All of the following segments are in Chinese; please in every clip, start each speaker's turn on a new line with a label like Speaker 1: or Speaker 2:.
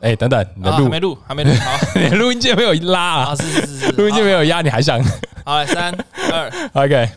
Speaker 1: 哎、等等，你的
Speaker 2: 啊，
Speaker 1: 录、
Speaker 2: 还没录，还没录，好，
Speaker 1: 你的录音键没有拉
Speaker 2: 啊，
Speaker 1: 啊，
Speaker 2: 是是是
Speaker 1: 录音键
Speaker 2: 是，
Speaker 1: 没有压，你还想
Speaker 2: 好，好来三二，
Speaker 1: ？OK，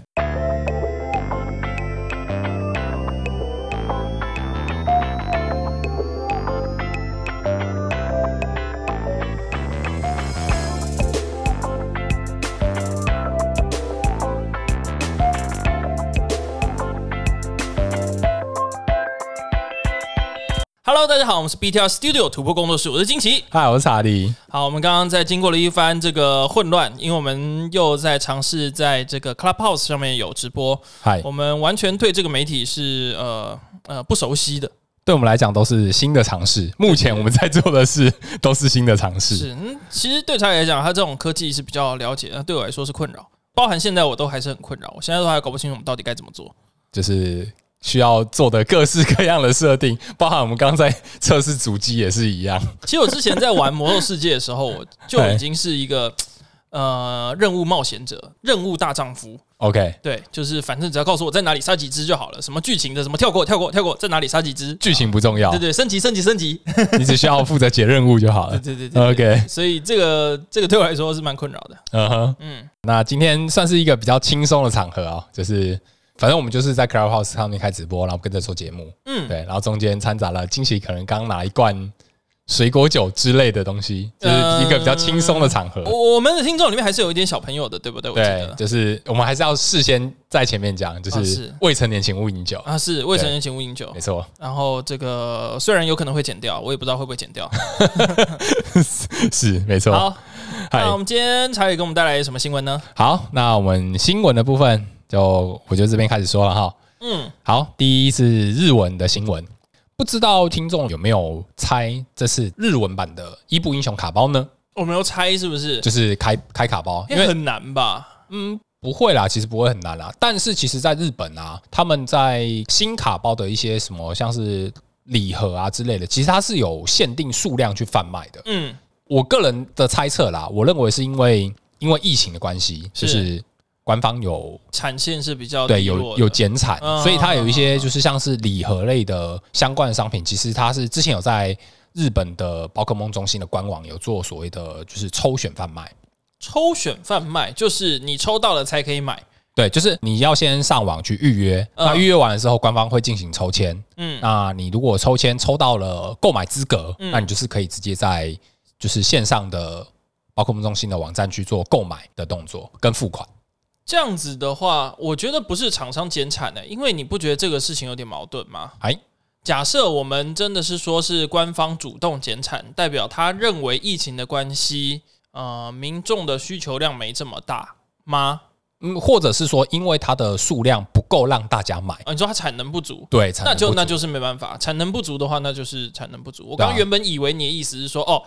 Speaker 2: Hello，大家好，我们是 BTR Studio 突破工作室，我是金奇。
Speaker 1: 嗨，我是查理。
Speaker 2: 好，我们刚刚在经过了一番这个混乱，因为我们又在尝试在这个 Clubhouse 上面有直播，
Speaker 1: 嗨，
Speaker 2: 我们完全对这个媒体是呃呃不熟悉的，
Speaker 1: 对我们来讲都是新的尝试。目前我们在做的事都是新的尝试。
Speaker 2: 是，嗯，其实对他来讲，他这种科技是比较了解，那呃对我来说是困扰，包含现在我都还是很困扰，我现在都还搞不清楚我们到底该怎么做。
Speaker 1: 就是需要做的各式各样的设定，包含我们刚才测试主机也是一样。
Speaker 2: 其实我之前在玩《魔兽世界》的时候，我就已经是一
Speaker 1: 哎
Speaker 2: 个呃任务冒险者、任务大丈夫。
Speaker 1: OK，
Speaker 2: 对，就是反正只要告诉我在哪里杀几只就好了，什么剧情的，什么跳过、跳过、跳过，在哪里杀几只，
Speaker 1: 剧情不重要
Speaker 2: 对，对，升级、升级、升级，
Speaker 1: 你只需要负责解任务就好
Speaker 2: 对
Speaker 1: 了。
Speaker 2: 对对对。
Speaker 1: 啊 OK，
Speaker 2: 所以这个这个对我来说是蛮困扰的。
Speaker 1: 嗯哼，
Speaker 2: 嗯，
Speaker 1: 那今天算是一个比较轻松的场合啊、就是反正我们就是在 Clubhouse 上面开直播，然后跟着做节目，
Speaker 2: 嗯
Speaker 1: 对，然后中间掺杂了惊喜，可能刚拿一罐水果酒之类的东西，就是一个比较轻松的场合。
Speaker 2: 呃我我们的听众里面还是有一点小朋友的，对不对？我记
Speaker 1: 对，
Speaker 2: 得
Speaker 1: 就是我们还是要事先在前面讲，就
Speaker 2: 啊
Speaker 1: 是
Speaker 2: 是
Speaker 1: 未成年请勿饮酒，
Speaker 2: 啊，是未成年请勿饮酒
Speaker 1: 没。错，
Speaker 2: 然后这个虽然有可能会剪掉，我也不知道会不会剪掉。
Speaker 1: 是没错。
Speaker 2: 好，
Speaker 1: 嗨
Speaker 2: 那我们今天查理给我们带来什么新闻呢？
Speaker 1: 好，那我们新闻的部分就我就这边开始说了哈。
Speaker 2: 嗯，
Speaker 1: 好，第一是日文的新闻，不知道听众有没有猜这是日文版的《伊布英雄卡包》呢？
Speaker 2: 我没有猜是不是？
Speaker 1: 就是开开卡包，因
Speaker 2: 因为
Speaker 1: 为
Speaker 2: 很难吧？
Speaker 1: 嗯不会啦，其实不会很难啦。但是其实在日本啊，他们在新卡包的一些什么像是礼盒啊之类的，其实它是有限定数量去贩卖的。
Speaker 2: 嗯，
Speaker 1: 我个人的猜测啦，我认为是因为因为疫情的关系，就
Speaker 2: 是
Speaker 1: 是官方有
Speaker 2: 产线是比较
Speaker 1: 对
Speaker 2: 低
Speaker 1: 有
Speaker 2: 落
Speaker 1: 有
Speaker 2: 的
Speaker 1: 减产，
Speaker 2: 嗯
Speaker 1: 所以它有一些就是像是礼盒类的相关的商品，其实它是之前有在日本的宝可梦中心的官网有做所谓的就是抽选贩卖。
Speaker 2: 抽选贩卖，就是你抽到了才可以买。
Speaker 1: 对，就是你要先上网去预约，
Speaker 2: 嗯
Speaker 1: 那预约完了之后，官方会进行抽签。
Speaker 2: 嗯，
Speaker 1: 那你如果抽签抽到了购买资格，
Speaker 2: 嗯
Speaker 1: 那你就是可以直接在就是线上的宝可梦中心的网站去做购买的动作跟付款。
Speaker 2: 这样子的话，我觉得不是厂商减产的、欸因为你不觉得这个事情有点矛盾吗？
Speaker 1: 哎，
Speaker 2: 假设我们真的是说是官方主动减产，代表他认为疫情的关系，呃，民众的需求量没这么大吗？
Speaker 1: 嗯，或者是说，因为它的数量不够让大家买，
Speaker 2: 啊，你说它产能不足，
Speaker 1: 对，产能
Speaker 2: 那就
Speaker 1: 不足
Speaker 2: 那就是没办法，产能不足的话，那就是产能不足。我
Speaker 1: 对啊
Speaker 2: 刚刚原本以为你的意思是说，哦，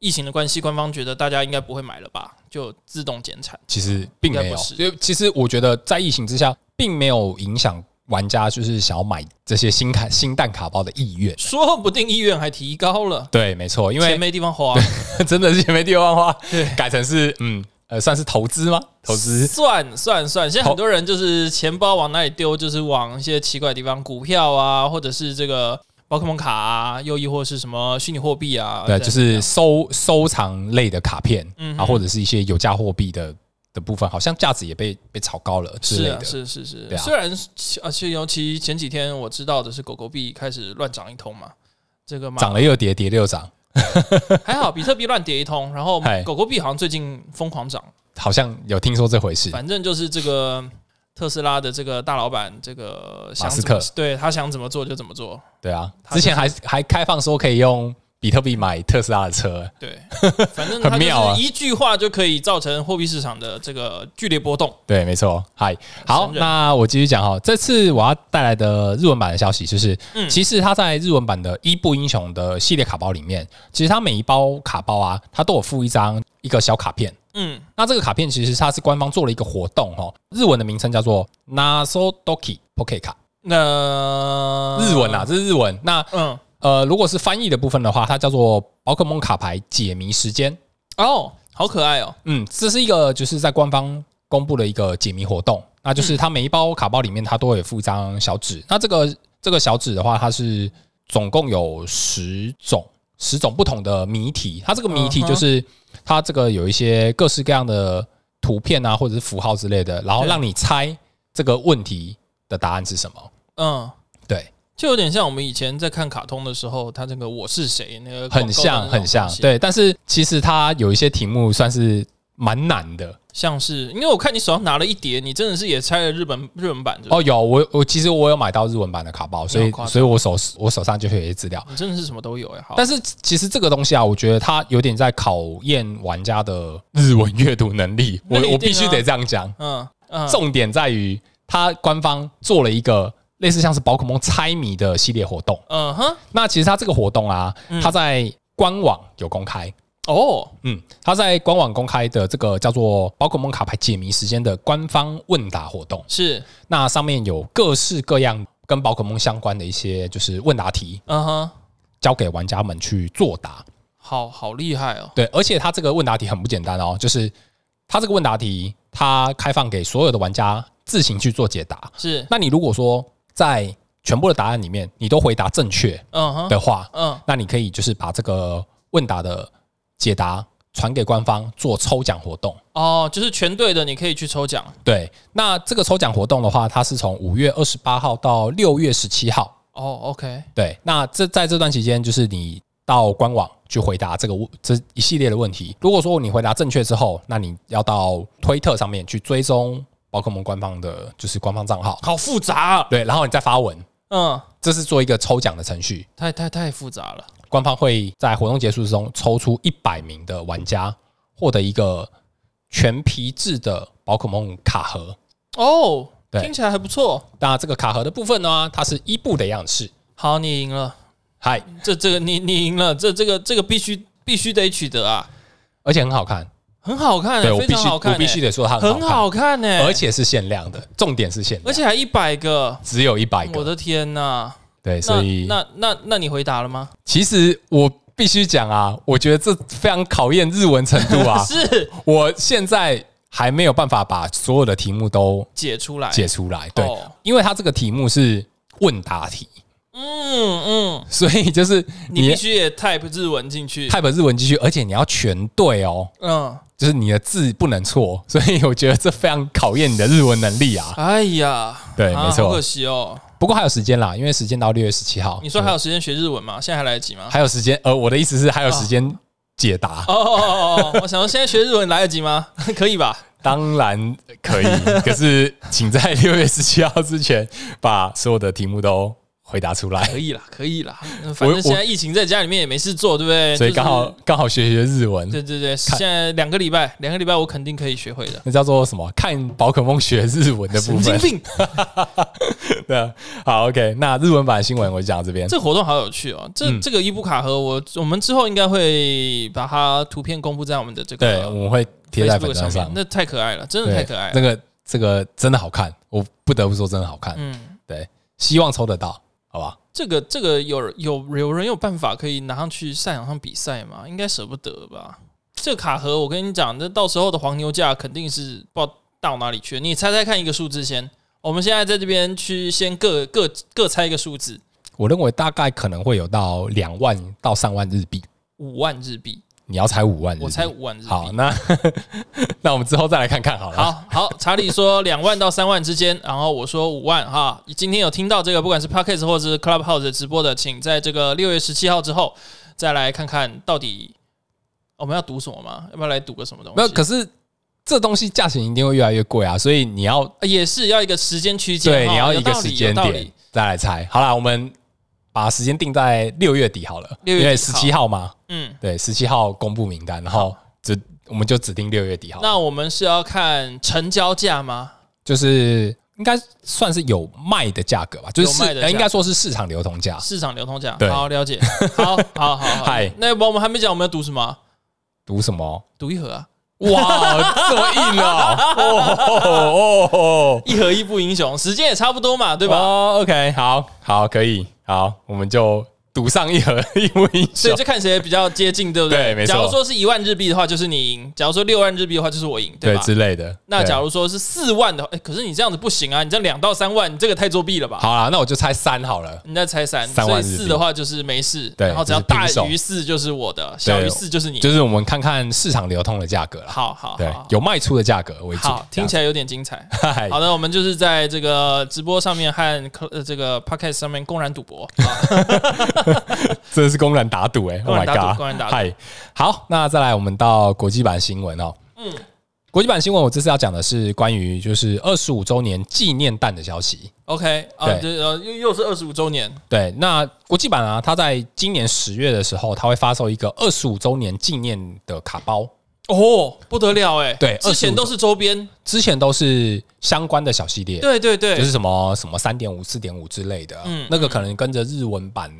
Speaker 2: 疫情的关系，官方觉得大家应该不会买了吧，就自动减产。
Speaker 1: 其实并没
Speaker 2: 应该
Speaker 1: 有，
Speaker 2: 不是
Speaker 1: 所以其实我觉得在疫情之下，并没有影响玩家就是想要买这些新卡新蛋卡包的意愿。
Speaker 2: 说不定意愿还提高了，
Speaker 1: 对，没错，因为
Speaker 2: 钱没地方花，
Speaker 1: 真的是也没地方花，
Speaker 2: 对
Speaker 1: 改成是嗯呃，算是投资吗？投资
Speaker 2: 算算算。现在
Speaker 1: 投
Speaker 2: 很多人就是钱包往哪里丢，就是往一些奇怪的地方，股票啊，或者是这个 宝可梦卡啊，又亦或是什么虚拟货币啊，
Speaker 1: 对，
Speaker 2: 这样
Speaker 1: 就是收收藏类的卡片，
Speaker 2: 嗯
Speaker 1: 啊，或者是一些有价货币的的部分，好像价值也被被炒高了之
Speaker 2: 是
Speaker 1: 类
Speaker 2: 啊，
Speaker 1: 的。
Speaker 2: 是是是，
Speaker 1: 对啊
Speaker 2: 虽然啊，其实尤其前几天我知道的是狗狗币开始乱涨一通嘛，这个嘛
Speaker 1: 涨了又跌，跌了又涨，
Speaker 2: 还好，比特币乱跌一通，然后
Speaker 1: 嗨
Speaker 2: 狗狗币好像最近疯狂涨，
Speaker 1: 好像有听说这回事。
Speaker 2: 反正就是这个特斯拉的这个大老板这个想
Speaker 1: 马斯
Speaker 2: 怎么
Speaker 1: 克
Speaker 2: 对他想怎么做就怎么做，
Speaker 1: 对啊，
Speaker 2: 他
Speaker 1: 之
Speaker 2: 就是
Speaker 1: 前还还开放说可以用比特币买特斯拉的车，
Speaker 2: 对， 反正
Speaker 1: 很
Speaker 2: 他
Speaker 1: 妙啊
Speaker 2: 就是一句话就可以造成货币市场的这个剧烈波动。
Speaker 1: 对，没错。嗨，好，
Speaker 2: 神人
Speaker 1: 那我继续讲哈。这次我要带来的日文版的消息就是，
Speaker 2: 嗯
Speaker 1: 其实它在日文版的伊布英雄的系列卡包里面，其实它每一包卡包啊，它都有附一张一个小卡片。
Speaker 2: 嗯，
Speaker 1: 那这个卡片其实它是官方做了一个活动哦，日文的名称叫做 Naso Doki Pocket 卡，
Speaker 2: 那
Speaker 1: 日文啊，，这是日文。那
Speaker 2: 嗯，
Speaker 1: 呃，如果是翻译的部分的话，它叫做宝可梦卡牌解谜时间。
Speaker 2: 哦，好可爱哦，
Speaker 1: 嗯，这是一个就是在官方公布的一个解谜活动，那
Speaker 2: 嗯
Speaker 1: 就是它每一包卡包里面它都会有附一张小纸，那这个这个小纸的话，它是总共有十种。十种不同的谜题。它这个谜
Speaker 2: 嗯
Speaker 1: 题就是它这个有一些各式各样的图片啊，或者是符号之类的，然后
Speaker 2: 对
Speaker 1: 让你猜这个问题的答案是什么。
Speaker 2: 嗯，
Speaker 1: 对，
Speaker 2: 就有点像我们以前在看卡通的时候，他这个我是谁那个广告
Speaker 1: 很
Speaker 2: 的
Speaker 1: 像，
Speaker 2: 那种
Speaker 1: 很像
Speaker 2: 东。西，
Speaker 1: 对，但是其实它有一些题目算是蛮难的。
Speaker 2: 像是因为我看你手上拿了一叠，你真的是也拆了日本日本版，哦，
Speaker 1: 哦，有我我其实我有买到日文版的卡包，所
Speaker 2: 没有
Speaker 1: 以
Speaker 2: 夸张
Speaker 1: 所以我手我手上就会有一些资料。
Speaker 2: 你真的是什么都有哎、好，
Speaker 1: 但是其实这个东西啊，我觉得它有点在考验玩家的日文阅读能力。
Speaker 2: 那
Speaker 1: 我
Speaker 2: 一定啊
Speaker 1: 我必须得这样讲，
Speaker 2: 嗯嗯，
Speaker 1: 重点在于它官方做了一个类似像是宝可梦猜谜的系列活动。
Speaker 2: 嗯哼，
Speaker 1: 那其实它这个活动啊
Speaker 2: 嗯，
Speaker 1: 它在官网有公开，
Speaker 2: 哦，
Speaker 1: 嗯，它在官网公开的这个叫做宝可梦卡牌解谜时间的官方问答活动，
Speaker 2: 是，
Speaker 1: 那上面有各式各样跟宝可梦相关的一些就是问答题，
Speaker 2: 嗯哼，
Speaker 1: 交给玩家们去作答。
Speaker 2: 好好厉害哦，
Speaker 1: 对，而且它这个问答题很不简单哦，就是它这个问答题，它开放给所有的玩家自行去做解答。
Speaker 2: 是，
Speaker 1: 那你如果说在全部的答案里面你都回答正确
Speaker 2: 嗯哼，
Speaker 1: 的话，
Speaker 2: 嗯，
Speaker 1: 那你可以就是把这个问答的解答传给官方做抽奖活动。
Speaker 2: 哦，就是全队的你可以去抽奖
Speaker 1: 对，那这个抽奖活动的话，它是从五月二十八号到六月十七号。
Speaker 2: 哦，OK，
Speaker 1: 对，那这在这段期间，就是你到官网去回答这个问这一系列的问题。如果说你回答正确之后，那你要到推特上面去追踪宝可梦官方的，就是官方账号。
Speaker 2: 好复杂、啊，
Speaker 1: 对，然后你再发文，
Speaker 2: 嗯，
Speaker 1: 这是做一个抽奖的程序。
Speaker 2: 太太太复杂了，
Speaker 1: 官方会在活动结束之中抽出一百名的玩家，获得一个全皮质的宝可梦卡盒。
Speaker 2: 哦，
Speaker 1: 对
Speaker 2: 听起来还不错，
Speaker 1: 那这个卡盒的部分呢，它是伊布的样式。
Speaker 2: 好，你赢了。
Speaker 1: 嗨，
Speaker 2: 这这个你你赢了，这这个这个必须必须得取得啊，
Speaker 1: 而且很好看。
Speaker 2: 很好看、
Speaker 1: 对
Speaker 2: 欸，
Speaker 1: 我
Speaker 2: 非
Speaker 1: 必
Speaker 2: 常
Speaker 1: 须
Speaker 2: 好看、
Speaker 1: 我
Speaker 2: 欸，
Speaker 1: 必须得说它很好
Speaker 2: 很
Speaker 1: 看，
Speaker 2: 好看呢、
Speaker 1: 而且是限量的，重点是限量，
Speaker 2: 哎而且还一百个，
Speaker 1: 只有一百
Speaker 2: 我
Speaker 1: 个。
Speaker 2: 的天呐！
Speaker 1: 对，
Speaker 2: 那
Speaker 1: 所以
Speaker 2: 那那那你回答了吗？
Speaker 1: 其实我必须讲啊，我觉得这非常考验日文程度啊。
Speaker 2: 是
Speaker 1: 我现在还没有办法把所有的题目都
Speaker 2: 解出来，
Speaker 1: 解出来，对，
Speaker 2: 哦
Speaker 1: 因为它这个题目是问答题，
Speaker 2: 嗯嗯，
Speaker 1: 所以就是
Speaker 2: 你必
Speaker 1: 你
Speaker 2: 须也 type 日文进去，
Speaker 1: type 日文进去，而且你要全对哦。
Speaker 2: 嗯，
Speaker 1: 就是你的字不能错， 所以我觉得这非常考验你的日文能力啊。
Speaker 2: 哎呀，
Speaker 1: 对
Speaker 2: 啊
Speaker 1: 没错
Speaker 2: 好可惜哦。
Speaker 1: 不过还有时间啦，因为时间到六月十七号。
Speaker 2: 你说还有时间学日文吗？现在还来得及吗？
Speaker 1: 还有时间，呃，我的意思是还有时间解答，
Speaker 2: 哦哦哦哦，我想说现在学日文来得及吗？ 可以吧？
Speaker 1: 当然可以，可是请在六月十七号之前把所有的题目都回答出来。
Speaker 2: 可以啦，可以啦。嗯反正现在疫情在家里面也没事做，对不对？
Speaker 1: 所以
Speaker 2: 就是
Speaker 1: 刚好刚好学学日文，
Speaker 2: 对对对，现在两个礼拜，两个礼拜我肯定可以学会的。
Speaker 1: 那叫做什么？看宝可梦学日文的部
Speaker 2: 神经
Speaker 1: 分。
Speaker 2: 病！
Speaker 1: 对，啊好，OK，那日文版的新闻我就讲到这边。
Speaker 2: 这活动好有趣哦，这、
Speaker 1: 嗯
Speaker 2: 这个伊布卡盒我，我们之后应该会把它图片公布在我们的这
Speaker 1: 对，
Speaker 2: 个
Speaker 1: 我们会贴在粉
Speaker 2: Facebook
Speaker 1: 砖
Speaker 2: 面
Speaker 1: 上。，
Speaker 2: 那太可爱了，真的
Speaker 1: 对
Speaker 2: 太可爱
Speaker 1: 这
Speaker 2: 了。
Speaker 1: 个这个真的好看，我不得不说真的好看。
Speaker 2: 嗯，
Speaker 1: 对，希望抽得到，好吧？
Speaker 2: 这个这个有有有人有办法可以拿上去赛场上比赛吗？应该舍不得吧？这个卡盒我跟你讲，那到时候的黄牛价肯定是不知道到哪里去了。你猜猜看一个数字先，我们现在在这边去先各各各猜一个数字，
Speaker 1: 我认为大概可能会有到两万到三万日币。
Speaker 2: 五万日币。
Speaker 1: 你要猜五万日币，
Speaker 2: 我猜五万日币。
Speaker 1: 好，那 那我们之后再来看看好了。，
Speaker 2: 好好，查理说两万到三万之间，然后我说五万哈。今天有听到这个，不管是 Podcast 或者是 Clubhouse 的直播的，请在这个六月十七号之后再来看看到底我们要赌什么吗？要不要来赌个什么东西？
Speaker 1: 没有，可是这东西价钱一定会越来越贵啊，所以你要
Speaker 2: 啊也是要一个时间区间，
Speaker 1: 对
Speaker 2: 哈
Speaker 1: 你要一个
Speaker 2: 有道理
Speaker 1: 时间
Speaker 2: 有道
Speaker 1: 点
Speaker 2: 理
Speaker 1: 再来猜。好啦，我们把时间定在六月底好了，
Speaker 2: 6月底
Speaker 1: 因为十七号嘛，
Speaker 2: 嗯，
Speaker 1: 对，十七号公布名单，然后只我们就指定六月底好了。
Speaker 2: 那我们是要看成交价吗？
Speaker 1: 就是应该算是有卖的价格吧，就是市
Speaker 2: 有卖的价格
Speaker 1: 呃应该说是市场流通价。
Speaker 2: 市场流通价
Speaker 1: 对，
Speaker 2: 好 了解，好好好好。
Speaker 1: 嗨
Speaker 2: 那要不然我们还没讲我们要赌什么啊？
Speaker 1: 读什么？
Speaker 2: 赌一盒啊，
Speaker 1: 哇，这么硬 哦！哦哦哦
Speaker 2: 一盒一步英雄，时间也差不多嘛，对吧？
Speaker 1: 哦，OK，好，好，可以，好，我们就赌上一盒 一物英
Speaker 2: 所以
Speaker 1: 雄。
Speaker 2: 就看谁比较接近，对不对？
Speaker 1: 对没错
Speaker 2: 假如说是一万日币的话，就是你赢；假如说六万日币的话，就是我赢，
Speaker 1: 对
Speaker 2: 吧？
Speaker 1: 之类的，
Speaker 2: 那
Speaker 1: 对
Speaker 2: 假如说是四万的话，哎、可是你这样子不行啊！你这两到三万，你这个太作弊了吧？
Speaker 1: 好啦，那我就猜三好了。
Speaker 2: 你再猜三，
Speaker 1: 三
Speaker 2: 所以
Speaker 1: 万日币
Speaker 2: 四的话就是没事，
Speaker 1: 对
Speaker 2: 然后只要
Speaker 1: 就是平
Speaker 2: 大
Speaker 1: 手
Speaker 2: 于四就是我的，小于四就是你。
Speaker 1: 就是我们看看市场流通的价格啦，
Speaker 2: 好好
Speaker 1: 对
Speaker 2: 好，，
Speaker 1: 有卖出的价格为主。哎
Speaker 2: 好，听起
Speaker 1: 来
Speaker 2: 来有点精 彩。
Speaker 1: 嗨
Speaker 2: 好的，我们就是在这个直播上面和呃这个 podcast 上面公然 赌博。啊
Speaker 1: 真的是公然打赌 哎、欸、
Speaker 2: 公
Speaker 1: ，Oh
Speaker 2: 然
Speaker 1: my
Speaker 2: 打赌
Speaker 1: god！
Speaker 2: 公然打赌
Speaker 1: 嗨，好，那再来我们到国际版新闻哦。嗯，国际版新闻我这次要讲的是关于就是二十五周年纪念蛋的消息。
Speaker 2: OK，啊，
Speaker 1: 对
Speaker 2: 对，呃又又是二十五周年，
Speaker 1: 对，那国际版啊，它在今年十月的时候，它会发售一个二十五周年纪念的卡包，
Speaker 2: 哦，不得了哎！
Speaker 1: 对
Speaker 2: 之前
Speaker 1: 25
Speaker 2: 都是周边，
Speaker 1: 之前都是相关的小系列，
Speaker 2: 对对对，
Speaker 1: 就是什么什么三点五、四点五之类的，啊
Speaker 2: 嗯
Speaker 1: 那个可能跟着日文版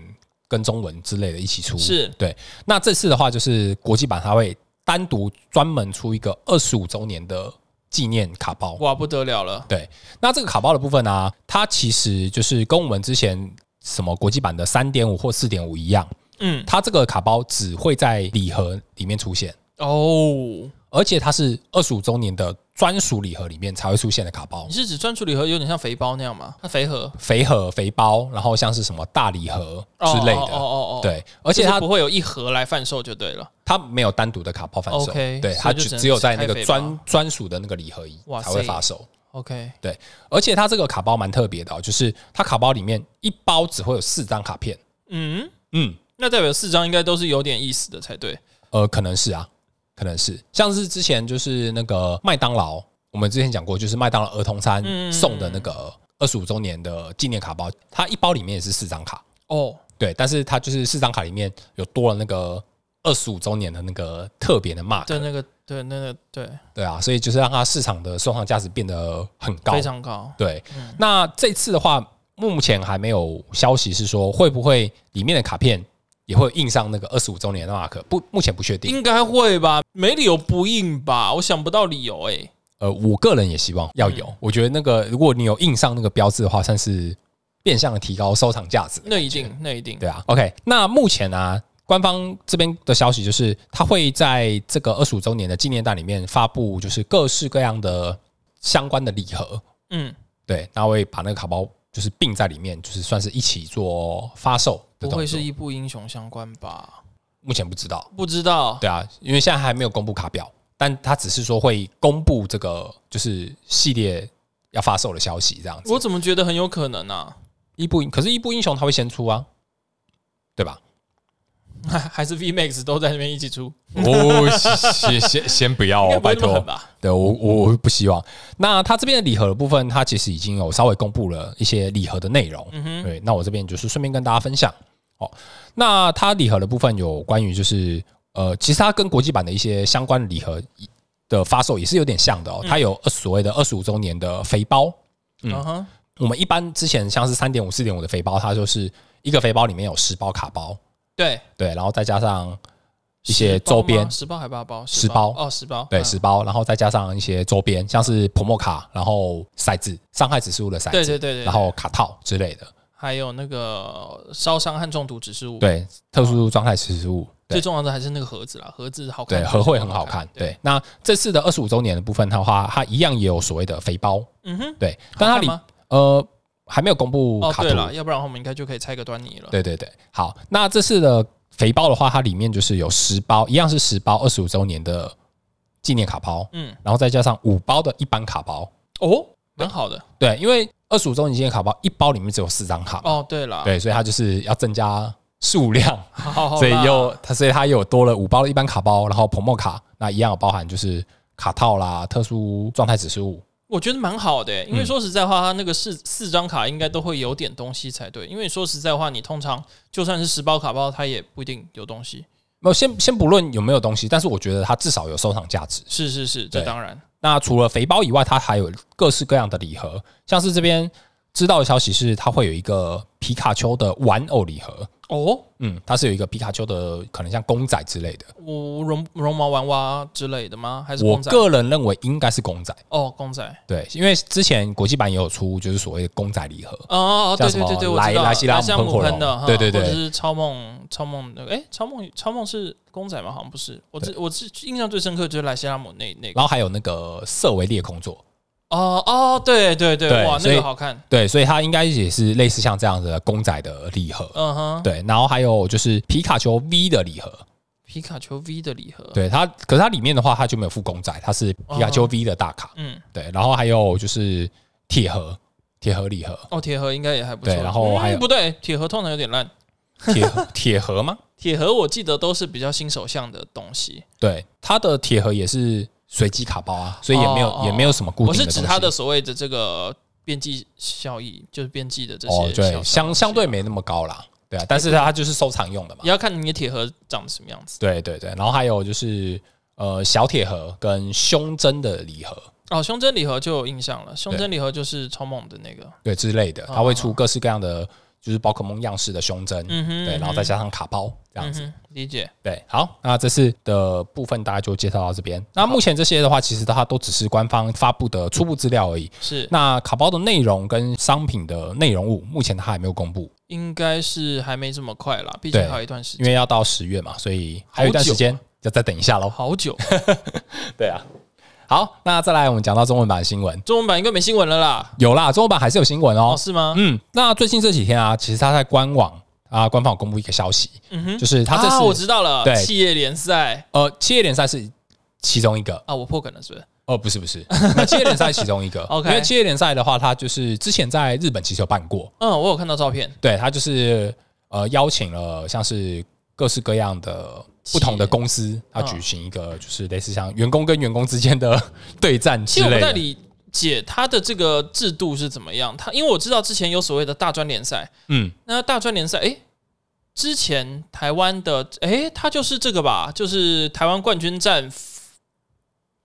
Speaker 1: 跟中文之类的一起出。
Speaker 2: 是
Speaker 1: 对。那这次的话，就是国际版它会单独专门出一个二十五周年的纪念卡包。
Speaker 2: 哇，不得了了。
Speaker 1: 对，那这个卡包的部分呢、啊它其实就是跟我们之前什么国际版的三点五或四点五一样，
Speaker 2: 嗯，
Speaker 1: 它这个卡包只会在礼盒里面出现，
Speaker 2: 哦，
Speaker 1: 而且它是二十五周年的专属礼盒里面才会出现的卡包
Speaker 2: 你。是指专属礼盒有点像肥包那样吗？它肥盒
Speaker 1: 肥盒、肥包，然后像是什么大礼盒之类
Speaker 2: 哦哦
Speaker 1: 的，
Speaker 2: 哦哦，
Speaker 1: 对，而且
Speaker 2: 就是
Speaker 1: 它
Speaker 2: 不会有一盒来贩售就对了。
Speaker 1: 它没有单独的卡包贩售，
Speaker 2: OK，
Speaker 1: 对，
Speaker 2: 所以
Speaker 1: 它
Speaker 2: 就只
Speaker 1: 只
Speaker 2: 能
Speaker 1: 只有在
Speaker 2: 开
Speaker 1: 那个
Speaker 2: 肥
Speaker 1: 专
Speaker 2: 包
Speaker 1: 专属的那个礼盒一
Speaker 2: 哇
Speaker 1: 才会
Speaker 2: 塞
Speaker 1: 发售，
Speaker 2: OK，
Speaker 1: 对，而且它这个卡包蛮特别的、哦，就是它卡包里面一包只会有四张卡片，
Speaker 2: 嗯，
Speaker 1: 嗯，
Speaker 2: 那代表四张应该都是有点意思的才对。
Speaker 1: 呃，可能是啊，可能是，像是之前就是那个麦当劳，我们之前讲过，就是麦当劳儿童餐
Speaker 2: 嗯
Speaker 1: 送的那个二十五周年的纪念卡包，它一包里面也是四张卡，
Speaker 2: 哦，
Speaker 1: 对，但是它就是四张卡里面有多了那个二十五周年的那个特别的 mark，
Speaker 2: 对，那个，对，那个，对，
Speaker 1: 对啊，所以就是让它市场的收藏价值变得很高
Speaker 2: 非。常嗯高。
Speaker 1: 对，那这次的话，目前还没有消息是说会不会里面的卡片也会印上那个二十五周年的 mark，不，目前不确定。
Speaker 2: 应该会吧，没理由不印吧，我想不到理由哎、
Speaker 1: 呃，我个人也希望要
Speaker 2: 嗯
Speaker 1: 有，我觉得那个如果你有印上那个标志的话，算是变相的提高收藏价值。
Speaker 2: 那一定，那一定，
Speaker 1: 对啊，OK，那目前呢、啊，官方这边的消息就是，他会在这个二十五周年的纪念蛋里面发布，就是各式各样的相关的礼盒，
Speaker 2: 嗯，
Speaker 1: 对，那会把那个卡包就是并在里面，就是算是一起做发售的
Speaker 2: 不
Speaker 1: 动作。
Speaker 2: 会是一部英雄相关吧？
Speaker 1: 目前不知道，
Speaker 2: 不知道，
Speaker 1: 对啊，因为现在还没有公布卡表，但他只是说会公布这个就是系列要发售的消息这样子
Speaker 2: 我。怎么觉得很有可能啊？
Speaker 1: 伊布，可是伊布英雄他会先出啊，对吧？
Speaker 2: 还还是 VMAX 都在那边一起出，
Speaker 1: 哦，先先先不要
Speaker 2: 嗯
Speaker 1: 哦
Speaker 2: 应该不会那么狠吧？
Speaker 1: 对我我我不希望。那它这边的礼盒的部分，它其实已经有稍微公布了一些礼盒的内容。
Speaker 2: 嗯哼，
Speaker 1: 对，那我这边就是顺便跟大家分享哦。那它礼盒的部分有关于就是呃，其实它跟国际版的一些相关礼盒的发售也是有点像的哦。它有所谓的二十五周年的肥包，嗯
Speaker 2: 嗯哼，
Speaker 1: 我们一般之前像是三点五、四点五的肥包，它就是一个肥包里面有十包卡包，
Speaker 2: 对，
Speaker 1: 对，然后再加上一些周边，
Speaker 2: 十包吗十包还八包？
Speaker 1: 十包
Speaker 2: 哦，十包，
Speaker 1: 对，
Speaker 2: 嗯
Speaker 1: 十包，然后再加上一些周边，像是泼墨卡，然后骰子、伤害指数的骰子，
Speaker 2: 对对对对，
Speaker 1: 然后卡套之类的，
Speaker 2: 还有那个烧伤和中毒指示物，，
Speaker 1: 对，特殊状态指数，
Speaker 2: 最
Speaker 1: 对
Speaker 2: 重要的还是那个盒子啦，盒子好看，
Speaker 1: 对，和会很好看。对，那这次的二十五周年的部分的话，它一样也有所谓的肥包，
Speaker 2: 嗯哼，
Speaker 1: 对，但它
Speaker 2: 好看
Speaker 1: 里
Speaker 2: 吗
Speaker 1: 呃还没有公布
Speaker 2: 哦，
Speaker 1: 卡
Speaker 2: 对
Speaker 1: 图，
Speaker 2: 了，要不然我们应该就可以猜个端倪了。
Speaker 1: 对对对，好，那这次的肥包的话，它里面就是有十包，一样是十包二十五周年的纪念卡包，
Speaker 2: 嗯，
Speaker 1: 然后再加上五包的一般卡包，
Speaker 2: 哦，蛮好的。
Speaker 1: 对，因为二十五周年纪念卡包一包里面只有四张卡嘛，
Speaker 2: 哦，对了，
Speaker 1: 对，所以它就是要增加数量，
Speaker 2: 好好好啦，
Speaker 1: 所以又它所以它又多了五包的一般卡包，然后彭墨卡，那一样有包含就是卡套啦、特殊状态指示物，
Speaker 2: 我觉得蛮好的欸，因为
Speaker 1: 嗯
Speaker 2: 说实在话，它那个四四张卡应该都会有点东西才对。因为说实在话，你通常就算是十包卡包，它也不一定有东西。
Speaker 1: 没有先先不论有没有东西，但是我觉得它至少有收藏价值。
Speaker 2: 是是是，这
Speaker 1: 对
Speaker 2: 当然。
Speaker 1: 那除了肥包以外，它还有各式各样的礼盒，像是这边知道的消息是，它会有一个皮卡丘的玩偶礼盒。
Speaker 2: 哦，
Speaker 1: 嗯，它是有一个皮卡丘的，可能像公仔之类的。
Speaker 2: 我绒绒毛玩娃之类的吗？还是
Speaker 1: 我
Speaker 2: 公仔？
Speaker 1: 个人认为应该是公仔，
Speaker 2: 哦，公仔。
Speaker 1: 对，因为之前国际版也有出，就是所谓的公仔礼盒。
Speaker 2: 哦，
Speaker 1: 叫
Speaker 2: 对
Speaker 1: 什
Speaker 2: 对
Speaker 1: 么
Speaker 2: 对对，我
Speaker 1: 莱
Speaker 2: 知道
Speaker 1: 莱西拉姆
Speaker 2: 莱
Speaker 1: 喷火
Speaker 2: 喷
Speaker 1: 龙
Speaker 2: 的，哈
Speaker 1: 对对对
Speaker 2: 或者是超梦超梦那个，哎，超梦超梦是公仔吗？好像不是，我只我只印象最深刻就是莱西拉姆那那个，
Speaker 1: 然后还有那个色为裂空座，
Speaker 2: 哦哦，对对对，
Speaker 1: 对
Speaker 2: 哇，
Speaker 1: 所
Speaker 2: 那
Speaker 1: 以
Speaker 2: 个好看，
Speaker 1: 对，所以它应该也是类似像这样的公仔的礼盒，
Speaker 2: 嗯哼，
Speaker 1: 对，然后还有就是皮卡丘 V 的礼盒，
Speaker 2: 皮卡丘 V 的礼盒，，
Speaker 1: 对它，可是它里面的话它就没有附公仔，它是皮卡丘 V 的大卡，
Speaker 2: 嗯，
Speaker 1: 对，然后还有就是铁盒，铁盒礼盒，
Speaker 2: 哦，铁盒应该也还不错，
Speaker 1: 对然后还有
Speaker 2: 嗯不对，铁盒通常有点烂，
Speaker 1: 铁盒铁盒吗？
Speaker 2: 铁盒我记得都是比较新手向的东西，
Speaker 1: 对，它的铁盒也是随机卡包啊，所以也没有、
Speaker 2: 哦哦
Speaker 1: 也没有什么固
Speaker 2: 我
Speaker 1: 定的
Speaker 2: 是
Speaker 1: 东西。
Speaker 2: 指它的所谓的这个边际效益，就是边际的这些
Speaker 1: 哦，对，
Speaker 2: 小
Speaker 1: 相相对没那么高啦，对啊，但是它就是收藏用的嘛
Speaker 2: 也，要看你的铁盒长得什么样子。
Speaker 1: 对对对，然后还有就是呃小铁盒跟胸针的礼盒，
Speaker 2: 哦，胸针礼盒就有印象了，胸针礼盒就是超梦的那个，
Speaker 1: 对之类的，
Speaker 2: 哦
Speaker 1: 它会出各式各样的就是宝可梦样式的胸针，
Speaker 2: 嗯哼，
Speaker 1: 对，然后再加上卡包这样子。
Speaker 2: 嗯哼理解，
Speaker 1: 对，好，那这次的部分大概就介绍到这边。那目前这些的话，其实它都只是官方发布的初步资料而已。
Speaker 2: 是
Speaker 1: 那卡包的内容跟商品的内容物，目前它还没有公布，
Speaker 2: 应该是还没这么快啦，毕竟
Speaker 1: 对
Speaker 2: 还有一段时
Speaker 1: 因
Speaker 2: 间，
Speaker 1: 为要到十月嘛，所以还有一段
Speaker 2: 好久哦
Speaker 1: 时间，要再等一下喽。
Speaker 2: 好久。
Speaker 1: 对啊，好，那再来我们讲到中文版新闻，
Speaker 2: 中文版应该没新闻了啦，
Speaker 1: 有啦，中文版还是有新闻
Speaker 2: 哦，
Speaker 1: 哦。
Speaker 2: 是吗？
Speaker 1: 嗯，那最近这几天啊，其实它在官网啊，官方有公布一个消息，
Speaker 2: 嗯哼，
Speaker 1: 就是它这
Speaker 2: 啊，我
Speaker 1: 次
Speaker 2: 知道了，
Speaker 1: 对
Speaker 2: 企业联赛
Speaker 1: 呃企业联赛是其中一个，
Speaker 2: 啊，我破梗了是不是？
Speaker 1: 哦，不是不是，那企业联赛其中一个
Speaker 2: OK
Speaker 1: 因为企业联赛的话，它就是之前在日本其实有办过，
Speaker 2: 嗯，我有看到照片，
Speaker 1: 对，它就是呃邀请了像是各式各样的不同的公司，它
Speaker 2: 嗯
Speaker 1: 举行一个就是类似像员工跟员工之间的 对战之
Speaker 2: 其实我
Speaker 1: 类
Speaker 2: 不太
Speaker 1: 的，
Speaker 2: 理解它的这个制度是怎么样，它因为我知道之前有所谓的大专联赛，
Speaker 1: 嗯，
Speaker 2: 那大专联赛，诶，之前台湾的，诶，它就是这个吧，就是台湾冠军战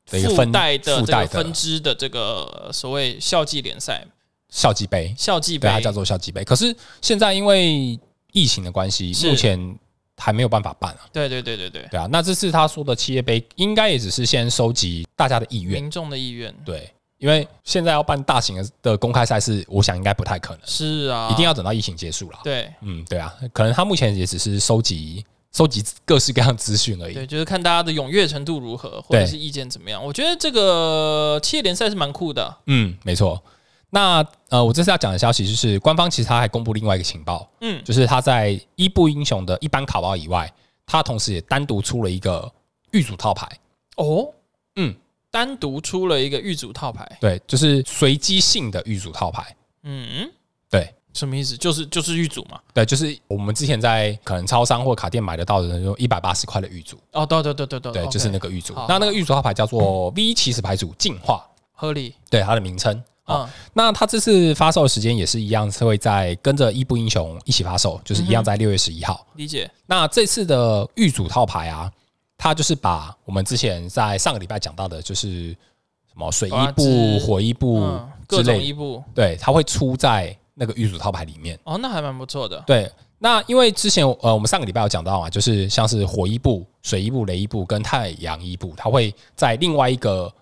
Speaker 1: 的一个
Speaker 2: 附
Speaker 1: 分
Speaker 2: 带的
Speaker 1: 附
Speaker 2: 这个
Speaker 1: 带
Speaker 2: 分
Speaker 1: 的
Speaker 2: 支的这个所谓校际联赛、
Speaker 1: 校际杯，
Speaker 2: 校际
Speaker 1: 对，它啊
Speaker 2: 杯，
Speaker 1: 叫做校际杯。可是现在因为疫情的关系，
Speaker 2: 是
Speaker 1: 目前还没有办法办啊，
Speaker 2: 对对对对对，
Speaker 1: 对啊，那这次他说的企业杯应该也只是先收集大家的意愿，
Speaker 2: 民众的意愿
Speaker 1: 对，因为现在要办大型的的公开赛事，我想应该不太可能，
Speaker 2: 是啊，
Speaker 1: 一定要等到疫情结束啦。
Speaker 2: 对
Speaker 1: 嗯，对啊，可能他目前也只是收集收集各式各样的资讯而已。
Speaker 2: 对，就是看大家的踊跃程度如何，或者
Speaker 1: 对
Speaker 2: 是意见怎么样。我觉得这个企业联赛是蛮酷的，
Speaker 1: 嗯，没错。那呃，我这次要讲的消息就是，官方其实他还公布另外一个情报，
Speaker 2: 嗯，
Speaker 1: 就是他在伊布英雄的一般卡包以外，他同时也单独出了一个预组套牌。
Speaker 2: 哦，
Speaker 1: 嗯，
Speaker 2: 单独出了一个预组套牌，
Speaker 1: 对，就是随机性的预组套牌。
Speaker 2: 嗯，
Speaker 1: 对，
Speaker 2: 什么意思？就是就是预组嘛。
Speaker 1: 对，就是我们之前在可能超商或卡店买得到的那种一百八十块的预组，
Speaker 2: 哦，对对对对对，
Speaker 1: 对，
Speaker 2: OK，
Speaker 1: 就是那个玉组
Speaker 2: 好。嗯
Speaker 1: 那那个玉组号牌叫做 V 起始牌组进化，
Speaker 2: 合理，
Speaker 1: 对它的名称。哦，
Speaker 2: 嗯
Speaker 1: 那它这次发售的时间也是一样，是会在跟着伊布英雄一起发售，就是
Speaker 2: 嗯
Speaker 1: 一样在六月十一号。
Speaker 2: 理解，
Speaker 1: 那这次的玉组套牌啊，它就是把我们之前在上个礼拜讲到的，就是什么水衣
Speaker 2: 花枝
Speaker 1: 布、火衣布
Speaker 2: 嗯，
Speaker 1: 之
Speaker 2: 各种
Speaker 1: 类
Speaker 2: 一
Speaker 1: 的，
Speaker 2: 步，
Speaker 1: 对，它会出在那个玉组套牌里面。
Speaker 2: 哦，那还蛮不错的，
Speaker 1: 对，那因为之前呃，我们上个礼拜有讲到嘛，就是像是火衣部、水衣部、雷衣部跟太阳衣部，它会在另外一个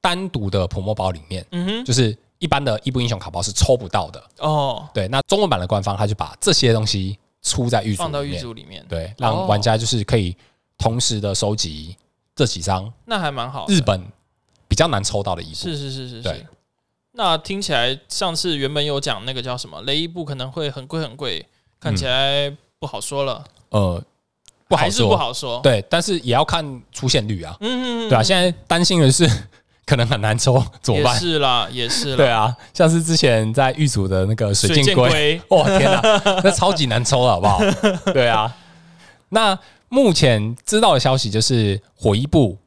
Speaker 1: 单独的普墨包里面，
Speaker 2: 嗯哼，
Speaker 1: 就是一般的伊布英雄卡包是抽不到的。
Speaker 2: 哦，
Speaker 1: 对，那中文版的官方它就把这些东西出在预组
Speaker 2: 放到
Speaker 1: 里
Speaker 2: 预
Speaker 1: 面，
Speaker 2: 组里面，
Speaker 1: 对，让玩家就是可以同时的收集这几张
Speaker 2: 那还蛮好的。
Speaker 1: 日本比较难抽到的衣部。
Speaker 2: 哦是是是是
Speaker 1: 对
Speaker 2: 是。那听起来上次原本有讲那个叫什么雷伊布可能会很贵很贵，看起来不好说了，
Speaker 1: 呃，嗯不好
Speaker 2: 还是不
Speaker 1: 说，
Speaker 2: 好说。
Speaker 1: 对，但是也要看出现率啊，
Speaker 2: 嗯，嗯嗯，
Speaker 1: 对啊，现在担心的是 可能很难抽，怎么
Speaker 2: 也
Speaker 1: 办？
Speaker 2: 是啦，也是啦。
Speaker 1: 对啊，像是之前在狱组的那个水
Speaker 2: 水
Speaker 1: 箭
Speaker 2: 箭
Speaker 1: 龟，
Speaker 2: 龟，
Speaker 1: 哦天哪、那超级难抽了，好不 好？对啊，那目前知道的消息就是火衣部、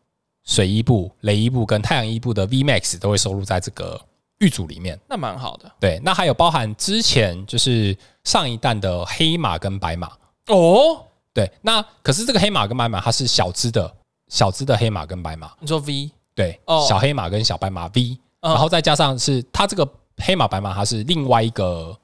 Speaker 1: 水衣部、雷衣部跟太阳衣部的 V Max 都会收录在这个狱组里面。
Speaker 2: 那蛮好的
Speaker 1: 对，那还有包含之前就是上一弹的黑马跟白马。
Speaker 2: 哦。
Speaker 1: 对，那可是这个黑马跟白马它是小只的，小只的黑马跟白马，
Speaker 2: 你说 V，
Speaker 1: 对，
Speaker 2: 哦
Speaker 1: 小黑马跟小白马 V，
Speaker 2: 嗯
Speaker 1: 然后再加上是它这个黑马白马它是另外一个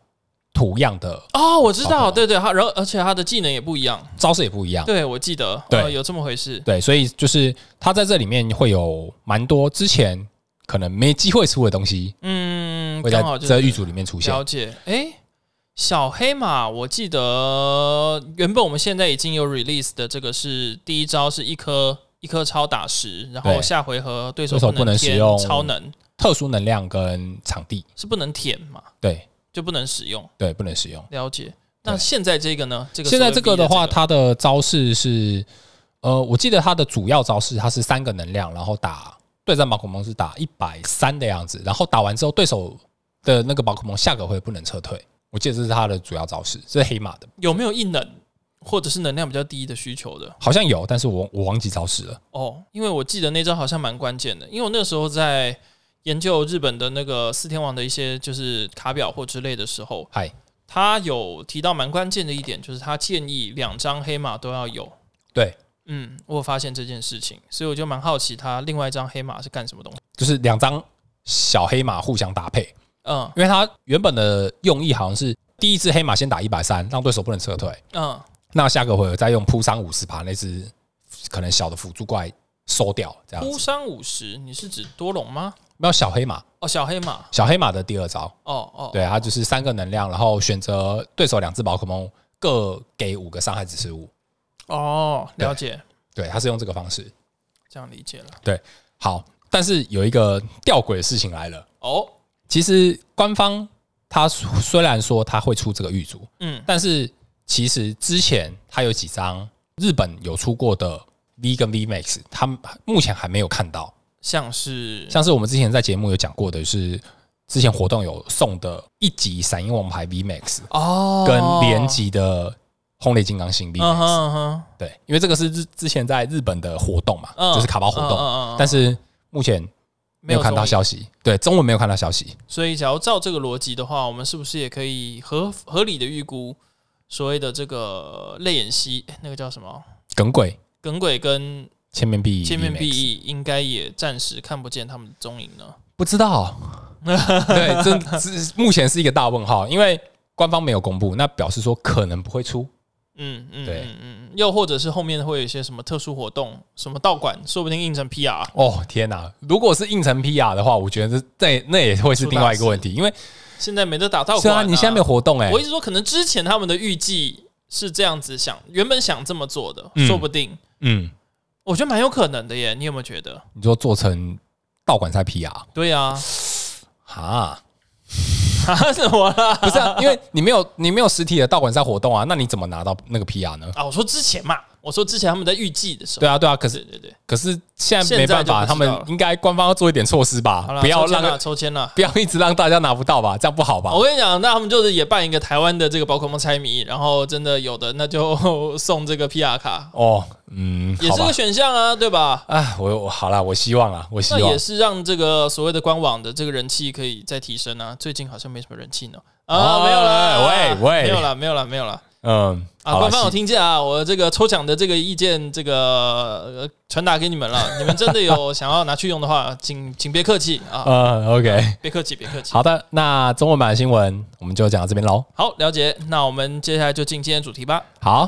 Speaker 1: 图样的
Speaker 2: 哦，我知
Speaker 1: 宝可
Speaker 2: 道，
Speaker 1: 梦
Speaker 2: 对对，它然后而且它的技能也不一样，
Speaker 1: 招式也不一样。
Speaker 2: 对我记得，
Speaker 1: 对
Speaker 2: 呃有这么回事，
Speaker 1: 对，所以就是它在这里面会有蛮多之前可能没机会出的东西，
Speaker 2: 嗯，
Speaker 1: 会在
Speaker 2: 刚好就是
Speaker 1: 这预组里面出现。
Speaker 2: 了解，诶，小黑马，我记得原本我们现在已经有 release 的这个是第一招是一颗一颗超打石，然后
Speaker 1: 对
Speaker 2: 下回合
Speaker 1: 对
Speaker 2: 对
Speaker 1: 手
Speaker 2: 手
Speaker 1: 不能
Speaker 2: 能
Speaker 1: 使
Speaker 2: 填
Speaker 1: 用
Speaker 2: 超能，
Speaker 1: 特殊能量跟场地，
Speaker 2: 是不能舔嘛，
Speaker 1: 对
Speaker 2: 就不能使用。
Speaker 1: 对，不能使用。
Speaker 2: 了解。那
Speaker 1: 对
Speaker 2: 现在这个呢？这个
Speaker 1: 现在这
Speaker 2: 所谓
Speaker 1: 个
Speaker 2: V
Speaker 1: 的
Speaker 2: 的
Speaker 1: 话，
Speaker 2: 它
Speaker 1: 它的招式是，呃，我记得它的主要招式它是三个能量，然后打对战宝可梦是打一百三的样子，然后打完之后对手的那个宝可梦下个回合不能撤退，我记得这是它的主要招式，这是黑马的，
Speaker 2: 有没有异能或者是能量比较低的需求的？
Speaker 1: 好像有，但是我我忘记招式了。
Speaker 2: 哦，因为我记得那招好像蛮关键的，因为我那时候在研究日本的那个四天王的一些就是卡表或之类的时候，
Speaker 1: 嗨，
Speaker 2: 他有提到蛮关键的一点，就是他建议两张黑马都要有。
Speaker 1: 对，
Speaker 2: 嗯，我有发现这件事情，所以我就蛮好奇他另外一张黑马是干什么东西。
Speaker 1: 就是两张小黑马互相搭配，
Speaker 2: 嗯
Speaker 1: 因为它原本的用意好像是第一只黑马先打一百三，让对手不能撤退，
Speaker 2: 嗯，
Speaker 1: 那下个回合再用扑伤五十把那只可能小的辅助怪收掉，这样
Speaker 2: 孤
Speaker 1: 子。
Speaker 2: 山五十，你是指多龙吗？
Speaker 1: 没有小黑马，
Speaker 2: 哦，小黑马。
Speaker 1: 小黑马的第二招，
Speaker 2: 哦哦，
Speaker 1: 对，它就是三个能量，然后选择对手两只宝可梦各给五个伤害指示物。
Speaker 2: 哦，了解，
Speaker 1: 对，它是用这个方式。
Speaker 2: 这样理解了。
Speaker 1: 好，但是有一个吊诡的事情来了，
Speaker 2: 哦，
Speaker 1: 其实官方它虽然说它会出这个玉竹，
Speaker 2: 嗯
Speaker 1: 但是其实之前它有几张日本有出过的 V 跟 V Max，他们目前还没有看到。
Speaker 2: 像是
Speaker 1: 像是我们之前在节目有讲过的是，之前活动有送的一级闪银王牌 V Max
Speaker 2: 哦，
Speaker 1: 跟连级的轰雷金刚型 V
Speaker 2: 嗯哼
Speaker 1: Max，
Speaker 2: 嗯哼，
Speaker 1: 对，因为这个是之之前在日本的活动嘛，
Speaker 2: 嗯
Speaker 1: 就是卡包活动，
Speaker 2: 动
Speaker 1: 但是目前没有看到
Speaker 2: 效。
Speaker 1: 消息，对，中文没有看到消息，
Speaker 2: 所以，假如照这个逻辑的话，我们是不是也可以合合理的预估所谓的这个泪眼蜥，诶那个叫什么
Speaker 1: 耿鬼
Speaker 2: 耿鬼跟
Speaker 1: 千面 E 币，
Speaker 2: 千面 E 必翼，应该也暂时看不见他们的踪影呢？
Speaker 1: 不知 道，对，这这目前是一个大问号，因为官方没有公布，那表示说可能不会出，
Speaker 2: 嗯嗯，
Speaker 1: 对
Speaker 2: 嗯嗯，又或者是后面会有一些什么特殊活动，什么道馆，说不定印成 PR。
Speaker 1: 哦天哪！如果是硬成 PR 的话，我觉得这这那也会是另外一个问题，因为
Speaker 2: 现在没得打道
Speaker 1: 虽
Speaker 2: 馆、啊
Speaker 1: 然你现在没有活动哎、
Speaker 2: 我一直说，可能之前他们的预计是这样子想，原本想这么做的，
Speaker 1: 嗯
Speaker 2: 说不定，
Speaker 1: 嗯，
Speaker 2: 我觉得蛮有可能的耶。你有没有觉得？
Speaker 1: 你就做成道馆赛 PR
Speaker 2: 对啊，
Speaker 1: 哈，
Speaker 2: 啊什么啦？
Speaker 1: 不是、啊，因为你没有你没有实体的道馆赛活动啊，那你怎么拿到那个 PR 呢？
Speaker 2: 啊，我说之前嘛，我说之前他们在预计的时候，
Speaker 1: 对啊，对啊，可是
Speaker 2: 对对对，
Speaker 1: 可是现在没办法，
Speaker 2: 现在就
Speaker 1: 他
Speaker 2: 不知道
Speaker 1: 们
Speaker 2: 了
Speaker 1: 应该官方要做一点措施
Speaker 2: 好
Speaker 1: 吧，
Speaker 2: 了，
Speaker 1: 不要
Speaker 2: 抽签啊哦
Speaker 1: 让
Speaker 2: 了抽签了。
Speaker 1: 不要一直让大家拿不到吧，这样不好吧？
Speaker 2: 我跟你讲，那他们就是也办一个台湾的这个宝可梦猜谜，然后真的有的那就 送这个 PR 卡，
Speaker 1: 哦，嗯，
Speaker 2: 也
Speaker 1: 好
Speaker 2: 是
Speaker 1: 吧
Speaker 2: 个，选项啊，对吧？
Speaker 1: 啊，我我好啦，我希望啊，我希
Speaker 2: 那
Speaker 1: 望
Speaker 2: 也是让这个所谓的官网的这个人气可以再提升啊。最近好像没什么人气呢。啊，
Speaker 1: 哦
Speaker 2: 没有啦，
Speaker 1: 喂喂
Speaker 2: 没有啦，没有啦，没有啦。
Speaker 1: 嗯，好
Speaker 2: 啊，
Speaker 1: 啦
Speaker 2: 官方有
Speaker 1: 希
Speaker 2: 听见啊，我这个抽奖的这个意见，这个呃传达给你们了。你们真的有想要拿去用的话，请请别客气 啊，
Speaker 1: 嗯，OK。
Speaker 2: 别客气，别客气。
Speaker 1: 好的，那中文版的新闻我们就讲到这边喽。
Speaker 2: 好，了解。那我们接下来就进今天的主题吧。
Speaker 1: 好，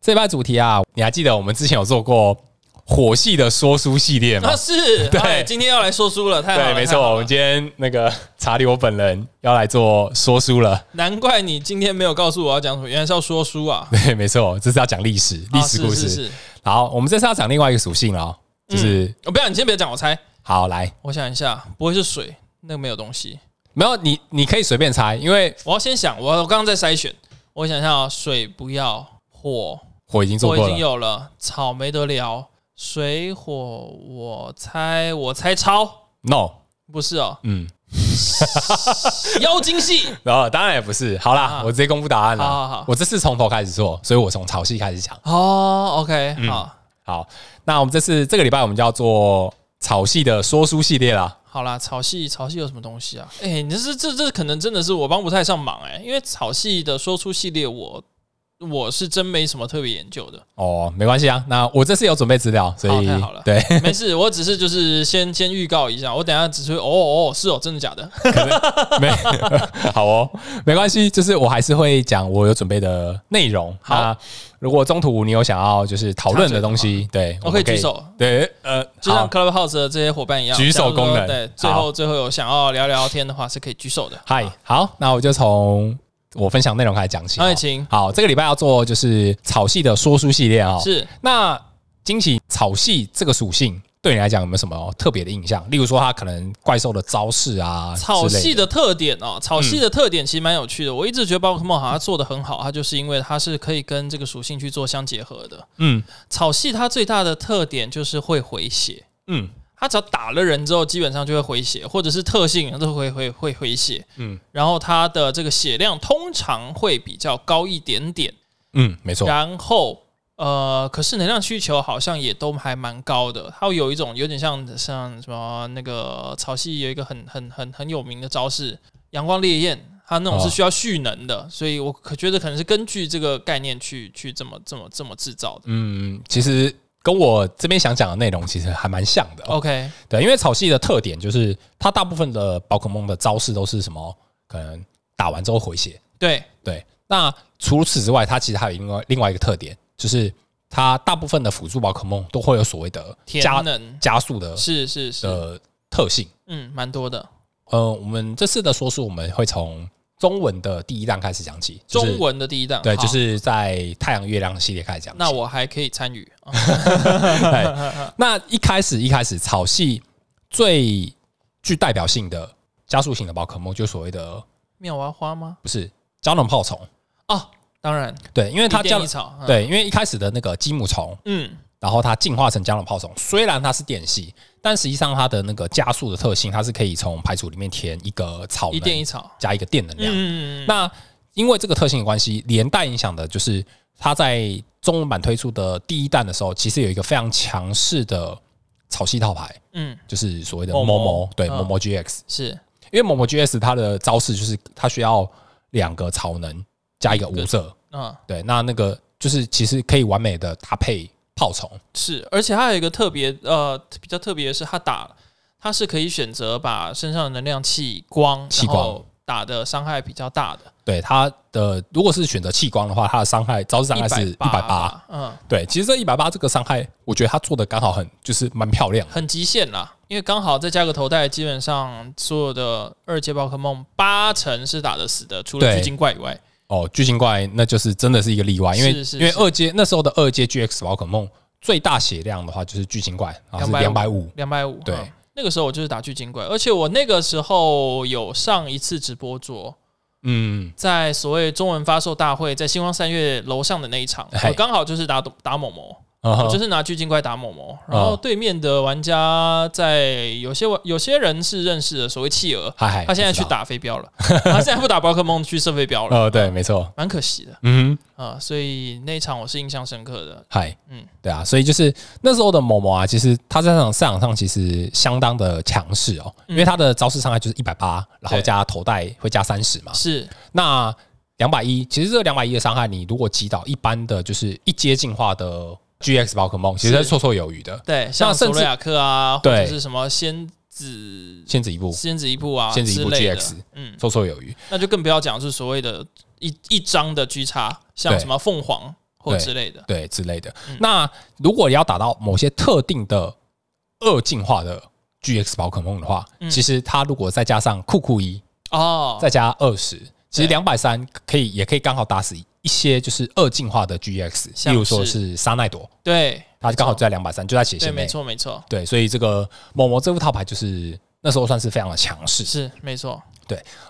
Speaker 1: 这一拜主题啊，你还记得我们之前有做过火系的说书系列吗
Speaker 2: 那？是
Speaker 1: 啊
Speaker 2: 啊
Speaker 1: 对
Speaker 2: 哎今天要来说书了，太好了，
Speaker 1: 对，没
Speaker 2: 太好
Speaker 1: 错，
Speaker 2: 了
Speaker 1: 我们今天那个查理我本人要来做说书了。
Speaker 2: 难怪你今天没有告诉我要讲什么，原来是要说书啊，
Speaker 1: 对，没错，这是要讲历史， 历史
Speaker 2: 啊
Speaker 1: 故
Speaker 2: 是是
Speaker 1: 事。
Speaker 2: 是
Speaker 1: 好，我们这次要讲另外一个属性了哦，就是
Speaker 2: 哦，不要，你先别讲，我猜。
Speaker 1: 好来，
Speaker 2: 我想一下，不会是水，那个没有东西。
Speaker 1: 没有你，你可以随便猜，因为
Speaker 2: 我要先想，我我刚刚在筛选，我想一下啊，水不要，火
Speaker 1: 火已经做
Speaker 2: 我
Speaker 1: 过
Speaker 2: 已经
Speaker 1: 了。
Speaker 2: 有了，草没得聊，水火我猜我猜超
Speaker 1: No，
Speaker 2: 不是哦，
Speaker 1: 嗯，
Speaker 2: 妖精系，
Speaker 1: 然后哦当然也不是。好啦，
Speaker 2: 啊
Speaker 1: 我直接公布答案了。
Speaker 2: 好好好
Speaker 1: 我这次从头开始做，所以我从潮汐开始讲。
Speaker 2: 哦，OK，好，
Speaker 1: 嗯好，那我们这次这个礼拜我们就要做潮汐的说书系列啦。
Speaker 2: 好啦，草系草系有什么东西啊？哎、你这这这可能真的是我帮不太上忙哎、因为草系的说出系列我，我我是真没什么特别研究 的，
Speaker 1: 哦，没关系啊，那我这次有准备资料，所以
Speaker 2: 好太好了
Speaker 1: 对，
Speaker 2: 没事，我只是就是先先预告一下，我等一下只是会哦哦是哦，真的 假的？
Speaker 1: 没 好哦，没关系，就是我还是会讲我有准备的内容。
Speaker 2: 好
Speaker 1: 那如果中途你有想要就是讨论的东西，对，
Speaker 2: 我可以举。手，
Speaker 1: 对，呃，
Speaker 2: 就像
Speaker 1: 好，
Speaker 2: Clubhouse 的这些伙伴一样，
Speaker 1: 举手功能
Speaker 2: 假如说对，最后最后有想要聊聊天的话是可以举手的。
Speaker 1: 嗨，好，那我就从我分享内容开始讲起。
Speaker 2: 好，也
Speaker 1: 哦
Speaker 2: 请
Speaker 1: 好，这个礼拜要做就是草系的说书系列哦。
Speaker 2: 是
Speaker 1: 那惊奇草系这个属性对你来讲有没有什么特别的印象？例如说，它可能怪兽的招式啊，
Speaker 2: 草
Speaker 1: 之类
Speaker 2: 系
Speaker 1: 的
Speaker 2: 的特点哦，草系的特点其实蛮有趣的。我一直觉得宝可梦好像做的很好，它就是因为它是可以跟这个属性去做相结合的。
Speaker 1: 嗯
Speaker 2: 草系它最大的特点就是会回血，
Speaker 1: 嗯
Speaker 2: 它只要打了人之后，基本上就会回血，或者是特性都会会会回血。
Speaker 1: 嗯
Speaker 2: 然后它的这个血量通常会比较高一点点，
Speaker 1: 嗯，没错，
Speaker 2: 然后呃，可是能量需求好像也都还蛮高的。它有一种有点像像什么那个草系有一个很很很很有名的招式“阳光烈焰”，它那种是
Speaker 1: 哦
Speaker 2: 需要蓄能的，所以我可觉得可能是根据这个概念去去这么这么这么制造的。
Speaker 1: 嗯，其实跟我这边想讲的内容其实还蛮像的、哦。
Speaker 2: OK，
Speaker 1: 对，因为草系的特点就是它大部分的宝可梦的招式都是什么，可能打完之后回血。
Speaker 2: 对，
Speaker 1: 对，那除此之外，它其实还有另外另外一个特点，就是它大部分的辅助宝可梦都会有所谓的
Speaker 2: 天
Speaker 1: 加
Speaker 2: 能
Speaker 1: 加速的
Speaker 2: 是是是，
Speaker 1: 的特性。
Speaker 2: 嗯，蛮多的。
Speaker 1: 呃，我们这次的说书我们会从中文的第一弹开始讲起，就是
Speaker 2: 中文的第一档，
Speaker 1: 对，
Speaker 2: 好
Speaker 1: 就是在太阳月亮系列开始讲起。
Speaker 2: 那我还可以参与。啊
Speaker 1: 对，那一开始一开始草系最具代表性的加速型的宝可梦，就所谓的
Speaker 2: 妙蛙花吗？
Speaker 1: 不是胶囊炮虫，
Speaker 2: 哦，当然，
Speaker 1: 对，因为它
Speaker 2: 一电
Speaker 1: 胶
Speaker 2: 一草，嗯，
Speaker 1: 对，因为一开始的那个积木虫，
Speaker 2: 嗯，
Speaker 1: 然后它进化成胶囊炮虫，虽然它是电系，但实际上它的那个加速的特性，它是可以从牌组里面填一个草
Speaker 2: 一电
Speaker 1: 能
Speaker 2: 一草，
Speaker 1: 加一个电能量。
Speaker 2: 嗯，
Speaker 1: 那因为这个特性的关系，连带影响的就是它在中文版推出的第一弹的时候，其实有一个非常强势的草系套牌。
Speaker 2: 嗯，
Speaker 1: 就是所谓的
Speaker 2: Momo
Speaker 1: 某某对
Speaker 2: 嗯
Speaker 1: 某某 GX，
Speaker 2: 是
Speaker 1: 因为某某 GX 它的招式就是它需要两个超能加一个武者，
Speaker 2: 嗯
Speaker 1: 对，那那个就是其实可以完美的搭配炮虫，
Speaker 2: 是，而且它有一个特别呃比较特别的是，它打它是可以选择把身上的能量气光，
Speaker 1: 弃
Speaker 2: 然后
Speaker 1: 光
Speaker 2: 打的伤害比较大的，
Speaker 1: 对它的如果是选择弃光的话，它的伤害招式伤害是一百八，
Speaker 2: 八，嗯，
Speaker 1: 对，其实这一百八这个伤害，我觉得它做的刚好很就是蛮漂亮的，
Speaker 2: 很极限啦。因为刚好再加个头戴，基本上所有的二阶宝可梦八成是打得死的，除了
Speaker 1: 对
Speaker 2: 巨精怪以外，
Speaker 1: 哦，巨型怪那就是真的是一个例外，因为
Speaker 2: 是是
Speaker 1: 因为
Speaker 2: 是
Speaker 1: 二阶那时候的二阶 GX 宝可梦最大血量的话就是巨型怪，然后是两百五，
Speaker 2: 两百五。
Speaker 1: 对
Speaker 2: 嗯那个时候我就是打巨精怪，而且我那个时候有上一次直播桌，
Speaker 1: 嗯，
Speaker 2: 在所谓中文发售大会，在星光三月楼上的那一场，
Speaker 1: 嘿
Speaker 2: 我刚好就是打打某某，
Speaker 1: 嗯
Speaker 2: 哦我就
Speaker 1: 哼
Speaker 2: 是拿巨精怪打某某，然后
Speaker 1: 嗯
Speaker 2: 对面的玩家在有些玩有些人是认识的所谓企鹅，
Speaker 1: 嗨嗨，
Speaker 2: 他现在
Speaker 1: 哎我知
Speaker 2: 去
Speaker 1: 道，
Speaker 2: 打飞镖了，他现在不打宝可梦去射飞镖了，
Speaker 1: 呃，对，没错，
Speaker 2: 蛮可惜的
Speaker 1: 嗯哼。
Speaker 2: 啊、所以那一场我是印象深刻的，
Speaker 1: 嗨，
Speaker 2: 嗯
Speaker 1: 嗯，对啊，所以就是那时候的某某啊，其实他在场赛场上其实相当的强势哦，因为他的招式伤害就是一百八，然后
Speaker 2: 嗯对
Speaker 1: 加头带会加三十嘛，
Speaker 2: 是
Speaker 1: 那两百一，其实这两百一的伤害，你如果击倒一般的就是一阶进化的 GX 宝可梦，其实
Speaker 2: 是
Speaker 1: 是绰绰有余的，
Speaker 2: 对，像
Speaker 1: 甚
Speaker 2: 索
Speaker 1: 至
Speaker 2: 罗亚克啊，或
Speaker 1: 对
Speaker 2: 者是什么仙子
Speaker 1: 先止一步，
Speaker 2: 仙子一步啊
Speaker 1: 仙子一步
Speaker 2: 之类的
Speaker 1: GX
Speaker 2: 嗯，
Speaker 1: 绰绰有余。
Speaker 2: 那就更不要讲是所谓的一一张的居差，像
Speaker 1: 对
Speaker 2: 什么凤凰或
Speaker 1: 对
Speaker 2: 之类的，
Speaker 1: 对之类的。
Speaker 2: 嗯
Speaker 1: 那如果要打到某些特定的二进化的 GX 宝可梦的话，
Speaker 2: 嗯
Speaker 1: 其实它如果再加上酷酷一，
Speaker 2: 哦，
Speaker 1: 再加二十，其实两百三可以也可以刚好打死一些就是二进化的 GX，
Speaker 2: 像
Speaker 1: 例如说
Speaker 2: 是
Speaker 1: 是沙奈朵，
Speaker 2: 对，
Speaker 1: 它刚好就在两百三，就在斜
Speaker 2: 对，
Speaker 1: 线
Speaker 2: 没
Speaker 1: 内。
Speaker 2: 错，没错，
Speaker 1: 对，所以这个某某这副套牌就是那时候算是非常的强势，
Speaker 2: 是没错，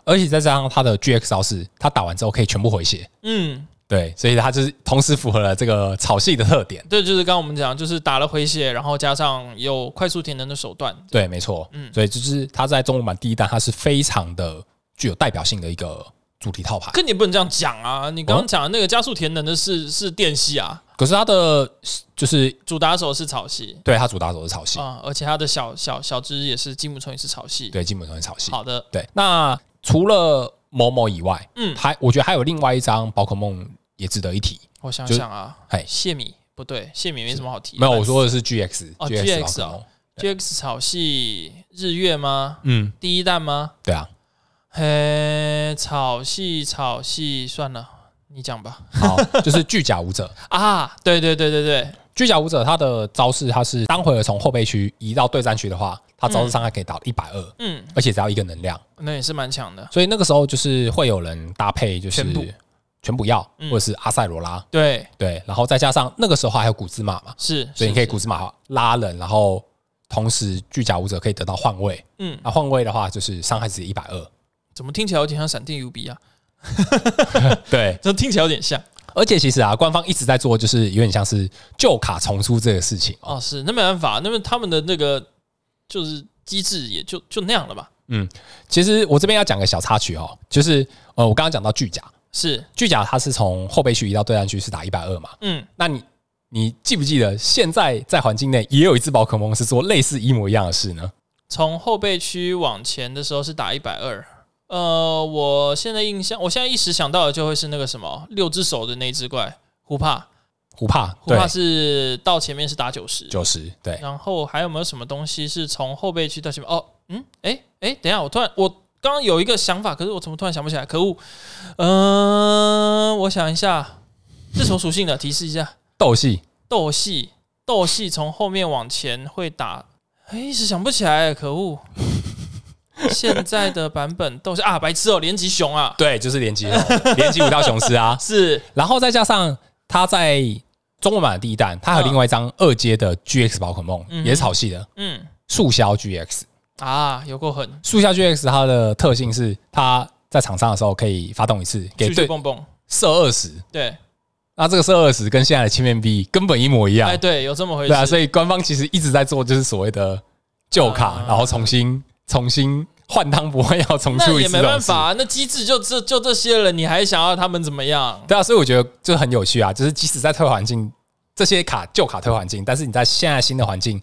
Speaker 1: 而且再加上它的 GX 招式，它打完之后可以全部回血。
Speaker 2: 嗯，
Speaker 1: 对，所以它就是同时符合了这个草系的特点。
Speaker 2: 对，就是刚刚我们讲，就是打了回血，然后加上有快速体能的手段，
Speaker 1: 对，没错，
Speaker 2: 嗯
Speaker 1: 所以就是它在中文版第一弹，它是非常的具有代表性的一个主题套牌。
Speaker 2: 可你不能这样讲啊！你
Speaker 1: 哦
Speaker 2: 刚刚讲的那个加速填能的是是电系啊，
Speaker 1: 可是它的就是
Speaker 2: 主打手是草系
Speaker 1: 对它主打手是草系，
Speaker 2: 啊、而且它的小小小只也是金木虫也是草系。
Speaker 1: 对，基本上是草系。
Speaker 2: 好的，
Speaker 1: 对，那除了某某以外，
Speaker 2: 嗯
Speaker 1: 还我觉得还有另外一张宝可梦也值得一提。
Speaker 2: 我想
Speaker 1: 就
Speaker 2: 想啊
Speaker 1: 嗨，
Speaker 2: 谢米不对，谢米没什么好提的。
Speaker 1: 没有，我说的是 GX，GX
Speaker 2: 哦 GX 哦 GX 草系日月吗？
Speaker 1: 嗯，
Speaker 2: 第一弹吗？
Speaker 1: 对啊，
Speaker 2: 嘿，草系草系，算了，你讲吧。
Speaker 1: 好， 就是巨甲舞者，
Speaker 2: 啊，对对对对对，
Speaker 1: 巨甲舞者他的招式，他是当回合从后备区移到对战区的话，他招式伤害可以打一百二，
Speaker 2: 嗯，
Speaker 1: 而且只要一个能量，
Speaker 2: 那也是蛮强的。
Speaker 1: 所以那个时候就是会有人搭配就是
Speaker 2: 全部
Speaker 1: 全部药
Speaker 2: 嗯
Speaker 1: 或者是阿塞罗拉，
Speaker 2: 对，
Speaker 1: 对，然后再加上那个时候还有古兹马嘛，
Speaker 2: 是，
Speaker 1: 所以你可以
Speaker 2: 是
Speaker 1: 古，兹马拉人，然后同时巨甲舞者可以得到换位，
Speaker 2: 是嗯，
Speaker 1: 那换位的话就是伤害值一百二，
Speaker 2: 怎么听起来有点像闪电 U B 啊？
Speaker 1: 对，
Speaker 2: 这听起来有点像
Speaker 1: 而且其实啊，官方一直在做就是有点像是旧卡重出这个事情哦，
Speaker 2: 哦，是，那没办法，那么他们的那个就是机制也就就那样了吧？
Speaker 1: 其实我这边要讲个小插曲哦，就是呃，我刚刚讲到巨甲。
Speaker 2: 是，
Speaker 1: 巨甲它是从后备区移到对战区是打一百二嘛？
Speaker 2: 嗯，
Speaker 1: 那你你记不记得现在在环境内也有一只宝可梦是做类似一模一样的事呢？
Speaker 2: 从后备区往前的时候是打一百二。呃，我现在印象，我现在一时想到的就会是那个什么六只手的那只怪胡帕，
Speaker 1: 虎帕
Speaker 2: 胡
Speaker 1: 对
Speaker 2: 帕是到前面是打九十，
Speaker 1: 九十对，
Speaker 2: 然后还有没有什么东西是从后背去到前面？哦，嗯，哎哎，等一下，我突然我刚刚有一个想法，可是我怎么突然想不起来？可恶！嗯、我想一下，是什么属性的？提示一下，
Speaker 1: 斗系
Speaker 2: 斗系，斗系从后面往前会打，哎，一时想不起来，可恶！现在的版本斗系啊，白痴哦，连吉熊啊，
Speaker 1: 对，就是连击龙连击五道雄狮啊，
Speaker 2: 是
Speaker 1: 然后再加上它在中文版的第一弹，它还有另外一张二阶的 GX 宝可梦，
Speaker 2: 嗯
Speaker 1: 也是草系的
Speaker 2: 嗯
Speaker 1: 速销 GX。
Speaker 2: 啊，有够狠，
Speaker 1: 速销 GX 它的特性是它在场上的时候可以发动一次，给
Speaker 2: 去去
Speaker 1: 对
Speaker 2: 蹦蹦，
Speaker 1: 射二十。
Speaker 2: 对，
Speaker 1: 那啊这个射二十跟现在的千面币根本一模一样
Speaker 2: 哎，，对，有这么回事，
Speaker 1: 对啊，所以官方其实一直在做就是所谓的旧卡，
Speaker 2: 啊
Speaker 1: 然后重新重新换汤不换药，重
Speaker 2: 那
Speaker 1: 出一
Speaker 2: 也
Speaker 1: 次这
Speaker 2: 没
Speaker 1: 种
Speaker 2: 办
Speaker 1: 事
Speaker 2: 法、。啊那机制就这就这些了，你还想要他们怎么样？
Speaker 1: 对啊，所以我觉得就很有趣啊，就是即使在退环境，这些卡旧卡退环境，但是你在现在新的环境，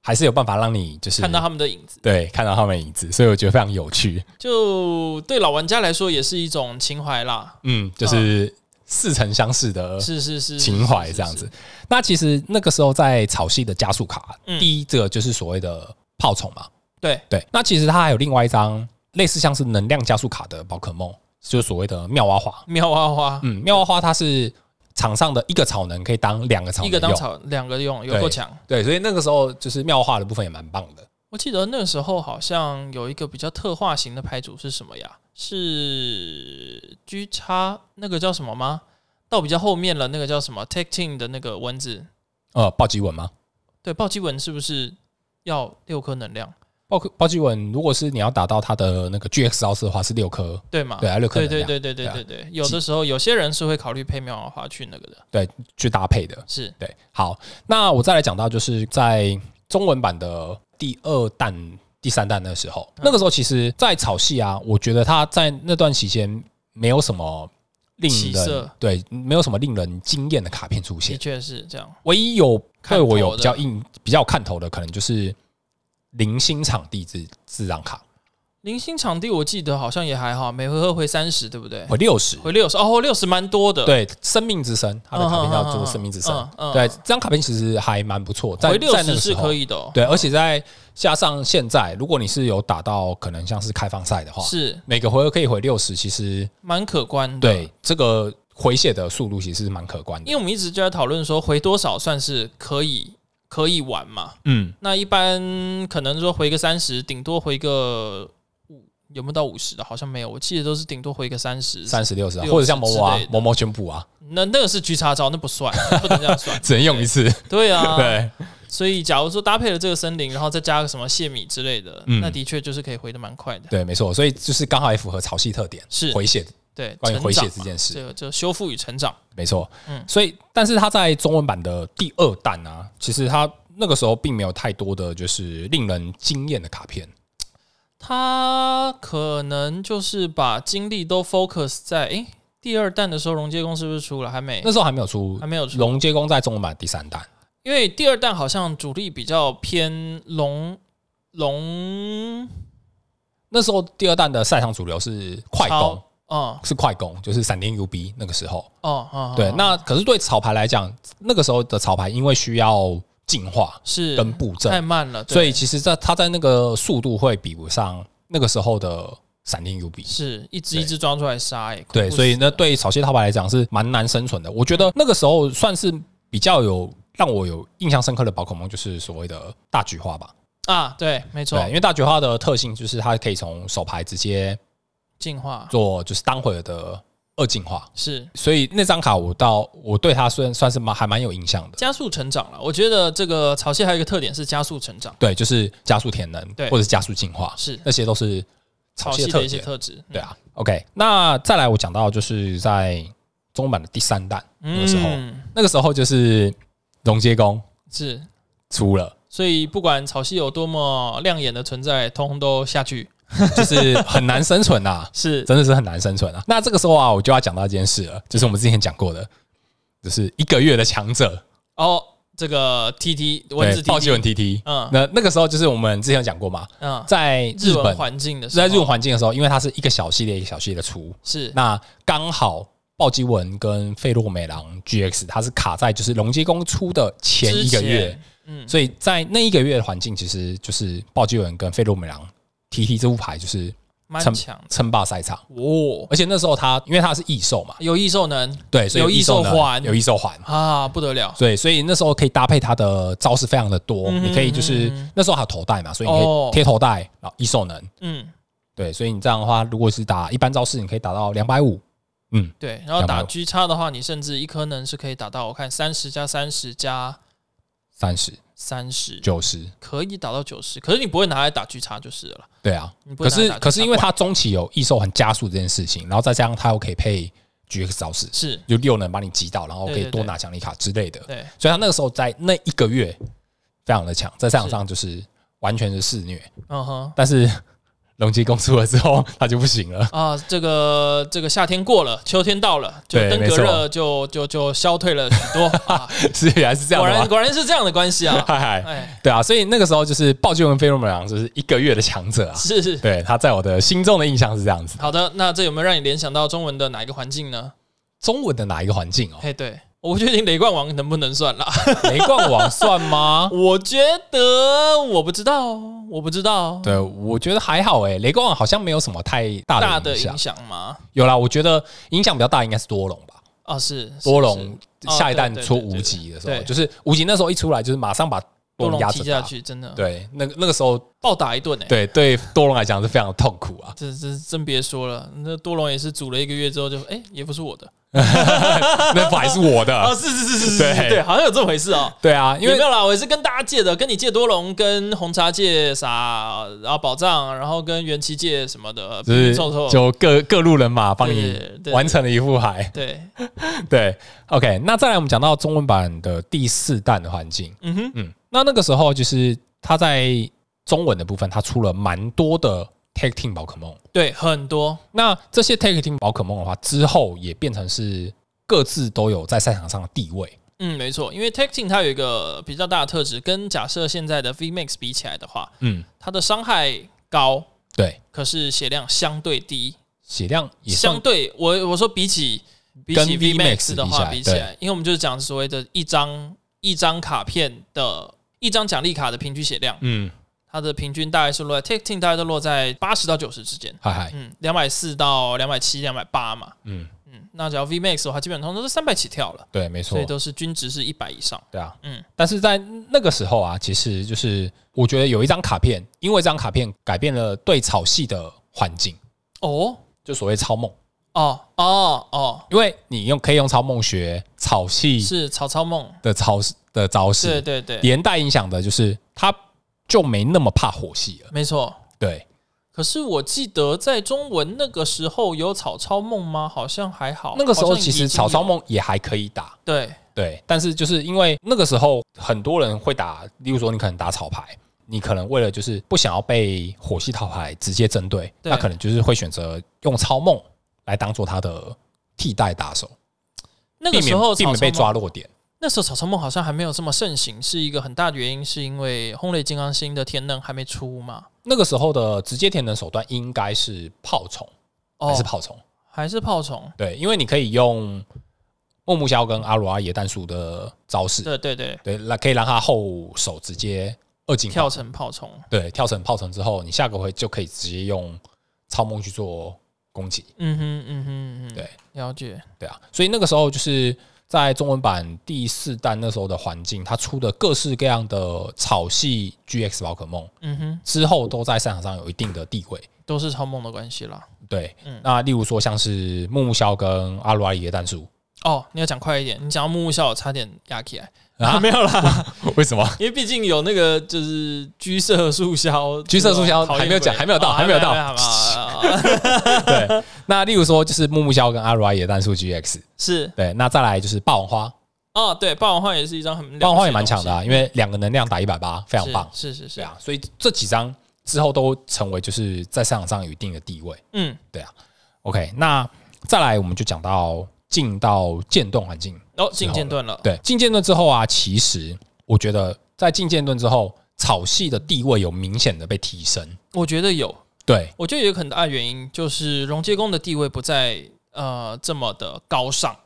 Speaker 1: 还是有办法让你就是
Speaker 2: 看到他们的影子，
Speaker 1: 对看到他们的影子，所以我觉得非常有趣。
Speaker 2: 就对老玩家来说也是一种情怀啦。
Speaker 1: 嗯，就是似曾相识的
Speaker 2: 是是是，
Speaker 1: 呃情怀这样
Speaker 2: 是。是
Speaker 1: 子
Speaker 2: 是。
Speaker 1: 那其实那个时候在草系的加速卡，
Speaker 2: 嗯
Speaker 1: 第一个就是所谓的炮宠嘛，
Speaker 2: 对，
Speaker 1: 对，那其实它还有另外一张类似像是能量加速卡的宝可梦，就是所谓的妙蛙花。
Speaker 2: 妙蛙花，
Speaker 1: 嗯，妙蛙花它是场上的一个草能可以当两个草能
Speaker 2: 一
Speaker 1: 用，
Speaker 2: 个当草，两个用，有
Speaker 1: 对
Speaker 2: 够强。
Speaker 1: 对，所以那个时候就是妙蛙花的部分也蛮棒的。
Speaker 2: 我记得那个时候好像有一个比较特化型的牌组是什么呀？是 G 叉那个叫什么吗？到比较后面了，那个叫什么 Tech Team 的那个蚊子，
Speaker 1: 呃，暴击文吗？
Speaker 2: 对，暴击蚊是不是要六颗能量？
Speaker 1: 暴暴击文，如果是你要打到它的那个 GX 招式的话，是六颗，
Speaker 2: 对吗？
Speaker 1: 对啊，六颗
Speaker 2: 对
Speaker 1: 能
Speaker 2: 对
Speaker 1: 量
Speaker 2: 对对对对对，有的时候有些人是会考虑配妙蛙花去那个的，
Speaker 1: 去搭配的。
Speaker 2: 是
Speaker 1: 对，好，那我再来讲到就是在中文版的第二弹、第三弹的时候，
Speaker 2: 嗯
Speaker 1: 那个时候其实，在草系啊，我觉得他在那段期间没有什么令
Speaker 2: 起
Speaker 1: 人
Speaker 2: 色
Speaker 1: 对，没有什么令人惊艳的卡片出
Speaker 2: 的
Speaker 1: 现，
Speaker 2: 确是这样。
Speaker 1: 唯一有对我有比较
Speaker 2: 看头
Speaker 1: 硬、比较有看头的，可能就是零星场地自自让卡，
Speaker 2: 零星场地我记得好像也还好，每回合回三十，对不对？
Speaker 1: 回六十，
Speaker 2: 回六十哦，六十蛮多的。
Speaker 1: 对，生命之神，他的卡片叫
Speaker 2: 嗯嗯
Speaker 1: 做
Speaker 2: 嗯
Speaker 1: 生命之神，
Speaker 2: 嗯嗯
Speaker 1: 对，这张卡片其实还蛮不错，在
Speaker 2: 回六
Speaker 1: 在那
Speaker 2: 十
Speaker 1: 个时
Speaker 2: 是
Speaker 1: 候
Speaker 2: 可以的哦。
Speaker 1: 对，而且再加上现在，如果你是有打到可能像是开放赛的话，
Speaker 2: 是
Speaker 1: 每个回合可以回六十，其实
Speaker 2: 蛮可观的。，
Speaker 1: 对这个回血的速度其实是蛮可观
Speaker 2: 因
Speaker 1: 的。
Speaker 2: 为我们一直就在讨论说回多少算是可以可以玩嘛。
Speaker 1: 嗯，
Speaker 2: 那一般可能说回个三十，顶多回个五，有没有到五十的？好像没有，我记得都是顶多回个三十。
Speaker 1: 三十六十，
Speaker 2: 60
Speaker 1: 或者像某某啊
Speaker 2: 之类、的
Speaker 1: 某某宣布啊，
Speaker 2: 那那个是狙叉招，那不算，不能这 样算。
Speaker 1: 只能用一次。
Speaker 2: 对啊，
Speaker 1: 啊对，
Speaker 2: 所以假如说搭配了这个森林，然后再加个什么蟹米之类的，
Speaker 1: 嗯
Speaker 2: 那的确就是可以回的蛮快的。
Speaker 1: 对，没错。所以就是刚好也符合潮系特点，
Speaker 2: 是
Speaker 1: 回血，
Speaker 2: 对，
Speaker 1: 关于
Speaker 2: 成
Speaker 1: 回血
Speaker 2: 长
Speaker 1: 这
Speaker 2: 嘛
Speaker 1: 件事
Speaker 2: 这个就修复与成长。
Speaker 1: 没错。
Speaker 2: 嗯
Speaker 1: 所以但是他在中文版的第二弹啊，其实他那个时候并没有太多的就是令人惊艳的卡片。
Speaker 2: 他可能就是把精力都 focus 在诶第二弹的时候，溶解工是不是出了？还没
Speaker 1: 那，时候还没有出
Speaker 2: 还没有出，
Speaker 1: 龙接工在中文版第三弹，
Speaker 2: 因为第二弹好像主力比较偏龙龙
Speaker 1: 那时候第二弹的赛场主流是快攻
Speaker 2: 超。哦
Speaker 1: 是快攻，就是闪电 UB 那个时候。
Speaker 2: 哦哦，
Speaker 1: 对，
Speaker 2: 哦
Speaker 1: 那可是对草牌来讲，那个时候的草牌因为需要进化
Speaker 2: 是
Speaker 1: 跟布阵
Speaker 2: 太，慢了，对
Speaker 1: 所以其实在它在那个速度会比不上那个时候的闪电 UB。
Speaker 2: 是一只一只抓出来杀，哎，恐
Speaker 1: 对，
Speaker 2: 怖
Speaker 1: 所以
Speaker 2: 死
Speaker 1: 呢，
Speaker 2: 了
Speaker 1: 对草蟹套牌来讲是蛮难生存的。我觉得那个时候算是比较有让我有印象深刻的宝可梦，就是所谓的大菊花吧。
Speaker 2: 啊，对，没错
Speaker 1: 对，，因为大菊花的特性就是它可以从手牌直接
Speaker 2: 进化
Speaker 1: 做就是单回合的二进化，
Speaker 2: 是
Speaker 1: 所以那张卡我到我对它算算是蛮还蛮有印象的。
Speaker 2: 加速成长了。我觉得这个草蟹还有一个特点是加速成长，
Speaker 1: 对，就是加速潜能，
Speaker 2: 对
Speaker 1: 或者是加速进化，
Speaker 2: 是
Speaker 1: 那些都是草蟹
Speaker 2: 系
Speaker 1: 的特
Speaker 2: 的一些
Speaker 1: 点。
Speaker 2: 特质。
Speaker 1: 对啊，OK，那再来我讲到就是在中版的第三弹，
Speaker 2: 嗯，
Speaker 1: 那个时候
Speaker 2: 候
Speaker 1: 那个时候就是龙接工
Speaker 2: 是，
Speaker 1: 出了。
Speaker 2: 所以不管草系有多么亮眼的存在，通通都下去。
Speaker 1: 就是很难生存呐、
Speaker 2: 是
Speaker 1: 真的是很难生存啊。那这个时候啊，我就要讲到一件事了，就是我们之前讲过的，就是一个月的强者，
Speaker 2: 哦，这个 T T 文字
Speaker 1: 对，暴
Speaker 2: T
Speaker 1: 击
Speaker 2: T，
Speaker 1: 文 TT。
Speaker 2: 嗯
Speaker 1: 那那个时候就是我们之前有讲过嘛，
Speaker 2: 嗯，
Speaker 1: 在日
Speaker 2: 文
Speaker 1: 本
Speaker 2: 环境的时
Speaker 1: 在
Speaker 2: 候，嗯
Speaker 1: 日文环境的时候，因为它是一个小系列一个小系列的出，
Speaker 2: 是
Speaker 1: 那刚好暴击文跟费洛美郎 GX 它是卡在就是龙接工出的前一个
Speaker 2: 之
Speaker 1: 月
Speaker 2: 前，，嗯，
Speaker 1: 所以在那一个月的环境，其实就是暴击文跟费洛美郎 TT 这副牌就是
Speaker 2: 蛮
Speaker 1: 成
Speaker 2: 强的
Speaker 1: 称霸赛场。
Speaker 2: 哦，
Speaker 1: 而且那时候他，因为他是异兽嘛，
Speaker 2: 有异兽能
Speaker 1: 对，所以
Speaker 2: 有异兽
Speaker 1: 呢
Speaker 2: 环
Speaker 1: 有异兽环嘛，
Speaker 2: 啊，不得了，
Speaker 1: 对，所以那时候可以搭配他的招式非常的多，
Speaker 2: 嗯哼
Speaker 1: 你可以就是
Speaker 2: 嗯哼
Speaker 1: 那时候还有头带嘛，所以你可
Speaker 2: 哦
Speaker 1: 以贴头带，然后异兽能，
Speaker 2: 嗯，
Speaker 1: 对，所以你这样的话，如果是打一般招式，你可以打到两百五，嗯，
Speaker 2: 对，然后打
Speaker 1: 250
Speaker 2: G 叉的话，你甚至一颗能是可以打到我看三十加三十加
Speaker 1: 三十
Speaker 2: 三十，
Speaker 1: 九十，
Speaker 2: 可以打到九十，可是你不会拿来打 G 叉就是了。
Speaker 1: 对啊
Speaker 2: 你。不
Speaker 1: 可
Speaker 2: 能拿
Speaker 1: 是
Speaker 2: 来打
Speaker 1: 可是因为
Speaker 2: 打
Speaker 1: 他中期有异兽很加速这件事情，然后再加上他又可以配 GX 招式，
Speaker 2: 是，
Speaker 1: 就六能把你击倒，然后可
Speaker 2: 对
Speaker 1: 以
Speaker 2: 对
Speaker 1: 多
Speaker 2: 对
Speaker 1: 拿奖励卡之类的，
Speaker 2: 对，
Speaker 1: 所以他那个时候在那一个月非常的强，在赛场上就是完全是肆虐。
Speaker 2: 嗯哼，
Speaker 1: 但是 龙基公出了之后，他就不行了。
Speaker 2: 啊，这个这个夏天过了，秋天到了，就
Speaker 1: 对
Speaker 2: 登革
Speaker 1: 没错
Speaker 2: 热就就就消退了许 多啊，
Speaker 1: 是原来是这样
Speaker 2: 果然
Speaker 1: 的吗？
Speaker 2: 果然是这样的关系 啊，
Speaker 1: 嗨嗨，
Speaker 2: 哎，
Speaker 1: 对啊，所以那个时候就是暴君文飞洛美郎就是一个月的强者啊。
Speaker 2: 是是。
Speaker 1: 对，他在我的心中的印象是这样子。
Speaker 2: 好的，那这有没有让你联想到中文的哪一个环境呢？
Speaker 1: 中文的哪一个环 境哦？啊
Speaker 2: 嘿，对，我不确定雷冠王能不能算啦。？
Speaker 1: 雷冠王算吗
Speaker 2: 我觉得我不知道，我不知道
Speaker 1: 对，我觉得还好诶、雷冠王好像没有什么太
Speaker 2: 大
Speaker 1: 大的
Speaker 2: 的
Speaker 1: 影响
Speaker 2: 影。响吗？
Speaker 1: 有啦，我觉得影响比较大应该是多龙吧。
Speaker 2: 啊，是
Speaker 1: 多
Speaker 2: 是
Speaker 1: 龙
Speaker 2: 是哦
Speaker 1: 下一弹
Speaker 2: 对对
Speaker 1: 出
Speaker 2: 对对
Speaker 1: 无
Speaker 2: 对
Speaker 1: 极的时候，
Speaker 2: 对
Speaker 1: 就是无极那时候一出来，就是马上把
Speaker 2: 多龙
Speaker 1: 压
Speaker 2: 踢
Speaker 1: 制
Speaker 2: 下。去，真的
Speaker 1: 对，那个那个时候，
Speaker 2: 暴打一顿哎、
Speaker 1: 对对多龙来讲是非常痛苦啊。
Speaker 2: 这这真别说了，那多龙也是组了一个月之后就哎、也不是我的
Speaker 1: 那还是我
Speaker 2: 啊，
Speaker 1: 的。
Speaker 2: 是是是是是，
Speaker 1: 对
Speaker 2: 对，好像有这么回事哦。
Speaker 1: 对啊，因
Speaker 2: 因为没
Speaker 1: 为
Speaker 2: 有啦，我也是跟大家借的，跟你借多龙，跟红茶借啥，然后宝藏，然后跟元气借什么的，
Speaker 1: 就
Speaker 2: 拼拼
Speaker 1: 是
Speaker 2: 凑凑，
Speaker 1: 就各各路人马帮
Speaker 2: 对
Speaker 1: 你
Speaker 2: 对对
Speaker 1: 完成了一副牌。
Speaker 2: 对，
Speaker 1: 对，OK，那再来我们讲到中文版的第四弹的环境，
Speaker 2: 嗯哼，
Speaker 1: 嗯，那那个时候就是他在中文的部分，他出了蛮多的 tag team 宝可梦。
Speaker 2: 对，很多
Speaker 1: 那这些 tag team 宝可梦的话，之后也变成是各自都有在赛场上的地位。
Speaker 2: 嗯，没错，因为 Tag Team 它有一个比较大的特质，跟假设现在的 VMAX 比起来的话，
Speaker 1: 嗯，
Speaker 2: 它的伤害高，
Speaker 1: 对，
Speaker 2: 可是血量相对低。
Speaker 1: 血量也
Speaker 2: 相
Speaker 1: 算
Speaker 2: 对我我说比起比
Speaker 1: 跟
Speaker 2: 起
Speaker 1: VMAX
Speaker 2: 的
Speaker 1: 比起
Speaker 2: 话
Speaker 1: 来
Speaker 2: 比起来，因为我们就是讲所谓的一张一张卡片的一张奖励卡的平均血量，
Speaker 1: 嗯，
Speaker 2: 它的平均大概是落在 Take Team 大概都落在八十到九十之间，
Speaker 1: 嗨嗨，
Speaker 2: 嗯，两百四到两百七、两百八嘛，
Speaker 1: 嗯，
Speaker 2: 嗯，那只要 VMAX 的话，基本上都是三百起跳了，
Speaker 1: 对，没错
Speaker 2: 所以，都是均值是一百以上，
Speaker 1: 对啊，
Speaker 2: 嗯
Speaker 1: 嗯。但是在那个时候啊，其实就是我觉得有一张卡片，因为这张卡片改变了对草系的环境，
Speaker 2: 哦
Speaker 1: 就所谓超梦，
Speaker 2: 哦哦哦，
Speaker 1: 因为你用可以用超梦学草系
Speaker 2: 是曹操梦，
Speaker 1: 的招式的招
Speaker 2: 对
Speaker 1: 式，
Speaker 2: 对对，
Speaker 1: 连带影响的就是它就没那么怕火系了。
Speaker 2: 没错。
Speaker 1: 对，
Speaker 2: 可是我记得在中文那个时候有草超梦吗？好像还好。
Speaker 1: 那个时
Speaker 2: 好
Speaker 1: 候
Speaker 2: 像
Speaker 1: 其
Speaker 2: 已
Speaker 1: 实
Speaker 2: 经
Speaker 1: 草超
Speaker 2: 有
Speaker 1: 梦也还可以打，
Speaker 2: 对
Speaker 1: 对，但是就是因为那个时候很多人会打，例如说你可能打草牌，你可能为了就是不想要被火系套牌直接针对，
Speaker 2: 对
Speaker 1: 那可能就是会选择用超梦来当做他的替代打手，
Speaker 2: 那个
Speaker 1: 避
Speaker 2: 时
Speaker 1: 免
Speaker 2: 候
Speaker 1: 避
Speaker 2: 草
Speaker 1: 免被
Speaker 2: 超
Speaker 1: 抓
Speaker 2: 梦，
Speaker 1: 落点。
Speaker 2: 那时候草超梦好像还没有这么盛行，是一个很大的原因，是因为轰雷金刚星的天能还没出嘛？
Speaker 1: 那个时候的直接填能手段应该是炮虫
Speaker 2: 哦
Speaker 1: 还是炮虫？
Speaker 2: 还是炮虫？
Speaker 1: 对，因为你可以用木木枭跟阿鲁阿野蛋鼠的招式，
Speaker 2: 对对对，
Speaker 1: 对，那可以让他后手直接二进
Speaker 2: 跳成炮虫。
Speaker 1: 对，跳绳、炮绳之后，你下个回就可以直接用超梦去做攻击。
Speaker 2: 嗯哼嗯哼嗯哼，
Speaker 1: 对，
Speaker 2: 了解。
Speaker 1: 对啊，所以那个时候就是在中文版第四弹那时候的环境，它出的各式各样的草系 GX 宝可梦
Speaker 2: 嗯哼，
Speaker 1: 之后，都在赛场上有一定的地位。
Speaker 2: 都是超梦的关系啦。
Speaker 1: 对，
Speaker 2: 嗯
Speaker 1: 那例如说像是木木枭跟阿鲁阿里的弹数
Speaker 2: 哦，你要讲快一点，你讲到木木笑，我差点压起来
Speaker 1: 啊，
Speaker 2: 没有啦，
Speaker 1: 为什么？
Speaker 2: 因为毕竟有那个就是居色速销，
Speaker 1: 居色速销
Speaker 2: 讨厌
Speaker 1: 还没有讲
Speaker 2: 鬼
Speaker 1: 还没有到
Speaker 2: 哦
Speaker 1: 还没有到
Speaker 2: 还没有还没有
Speaker 1: 对，那例如说就是木木枭跟阿鲁阿里的弹数 GX，
Speaker 2: 是
Speaker 1: 对，那再来就是霸王花，
Speaker 2: 哦，对，霸王花也是一张很了不起的
Speaker 1: 霸王花也蛮强的、
Speaker 2: 东
Speaker 1: 啊，因为两个能量打一百八，非
Speaker 2: 西，
Speaker 1: 常棒。
Speaker 2: 是是是是
Speaker 1: 对啊，所以这几张之后都成为就是在赛场上有一定的地位。
Speaker 2: 嗯，
Speaker 1: OK，那再来我们就讲到进到剑盾环境，
Speaker 2: 哦，进剑盾了，
Speaker 1: 对，进剑盾之后啊，其实我觉得在进剑盾之后，草系的地位有明显的被提升。
Speaker 2: 我觉得有，
Speaker 1: 对，
Speaker 2: 我觉得有一个很大的原因就是溶解工的地位不再呃这么的高尚，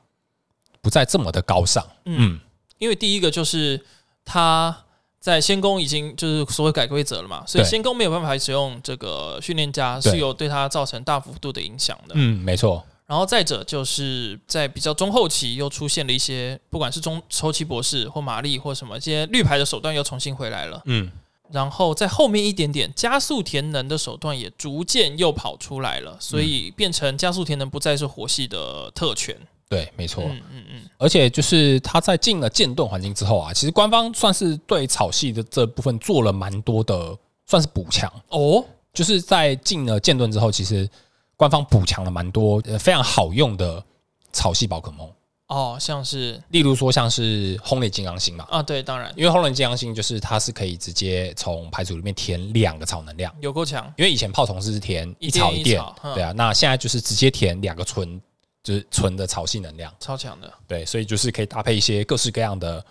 Speaker 1: 不再这么的高尚。
Speaker 2: 嗯
Speaker 1: 嗯，
Speaker 2: 因为第一个就是他在仙宫已经就是所谓改规则了嘛，所以
Speaker 1: 对
Speaker 2: 仙宫没有办法使用这个训练家，
Speaker 1: 对
Speaker 2: 是有对他造成大幅度的影响的。
Speaker 1: 嗯，没错，
Speaker 2: 然后再者就是在比较中后期又出现了一些，不管是中抽奇博士或玛丽或什么，一些绿牌的手段又重新回来了。
Speaker 1: 嗯，
Speaker 2: 然后在后面一点点，加速填能的手段也逐渐又跑出来了，所以变成加速填能不再是火系的特权。
Speaker 1: 对，没错。
Speaker 2: 嗯嗯嗯，
Speaker 1: 而且就是他在进了剑盾环境之后啊，其实官方算是对草系的这部分做了蛮多的，算是补强。
Speaker 2: 哦，
Speaker 1: 就是在进了剑盾之后，其实官方补强了蛮多呃非常好用的草系宝可梦，
Speaker 2: 哦，像是
Speaker 1: 例如说像是轰雷金刚星嘛，
Speaker 2: 啊，对，当然
Speaker 1: 因为轰雷金刚星就是它是可以直接从牌组里面填两个草能量，
Speaker 2: 有够强，
Speaker 1: 因为以前炮筒是填一
Speaker 2: 一
Speaker 1: 草
Speaker 2: 草
Speaker 1: 一
Speaker 2: 一
Speaker 1: 电
Speaker 2: 草，嗯
Speaker 1: 对啊，那现在就是直接填两个纯就是纯的草系能量，
Speaker 2: 超强的。
Speaker 1: 对，所以就是可以搭配一些各式各样的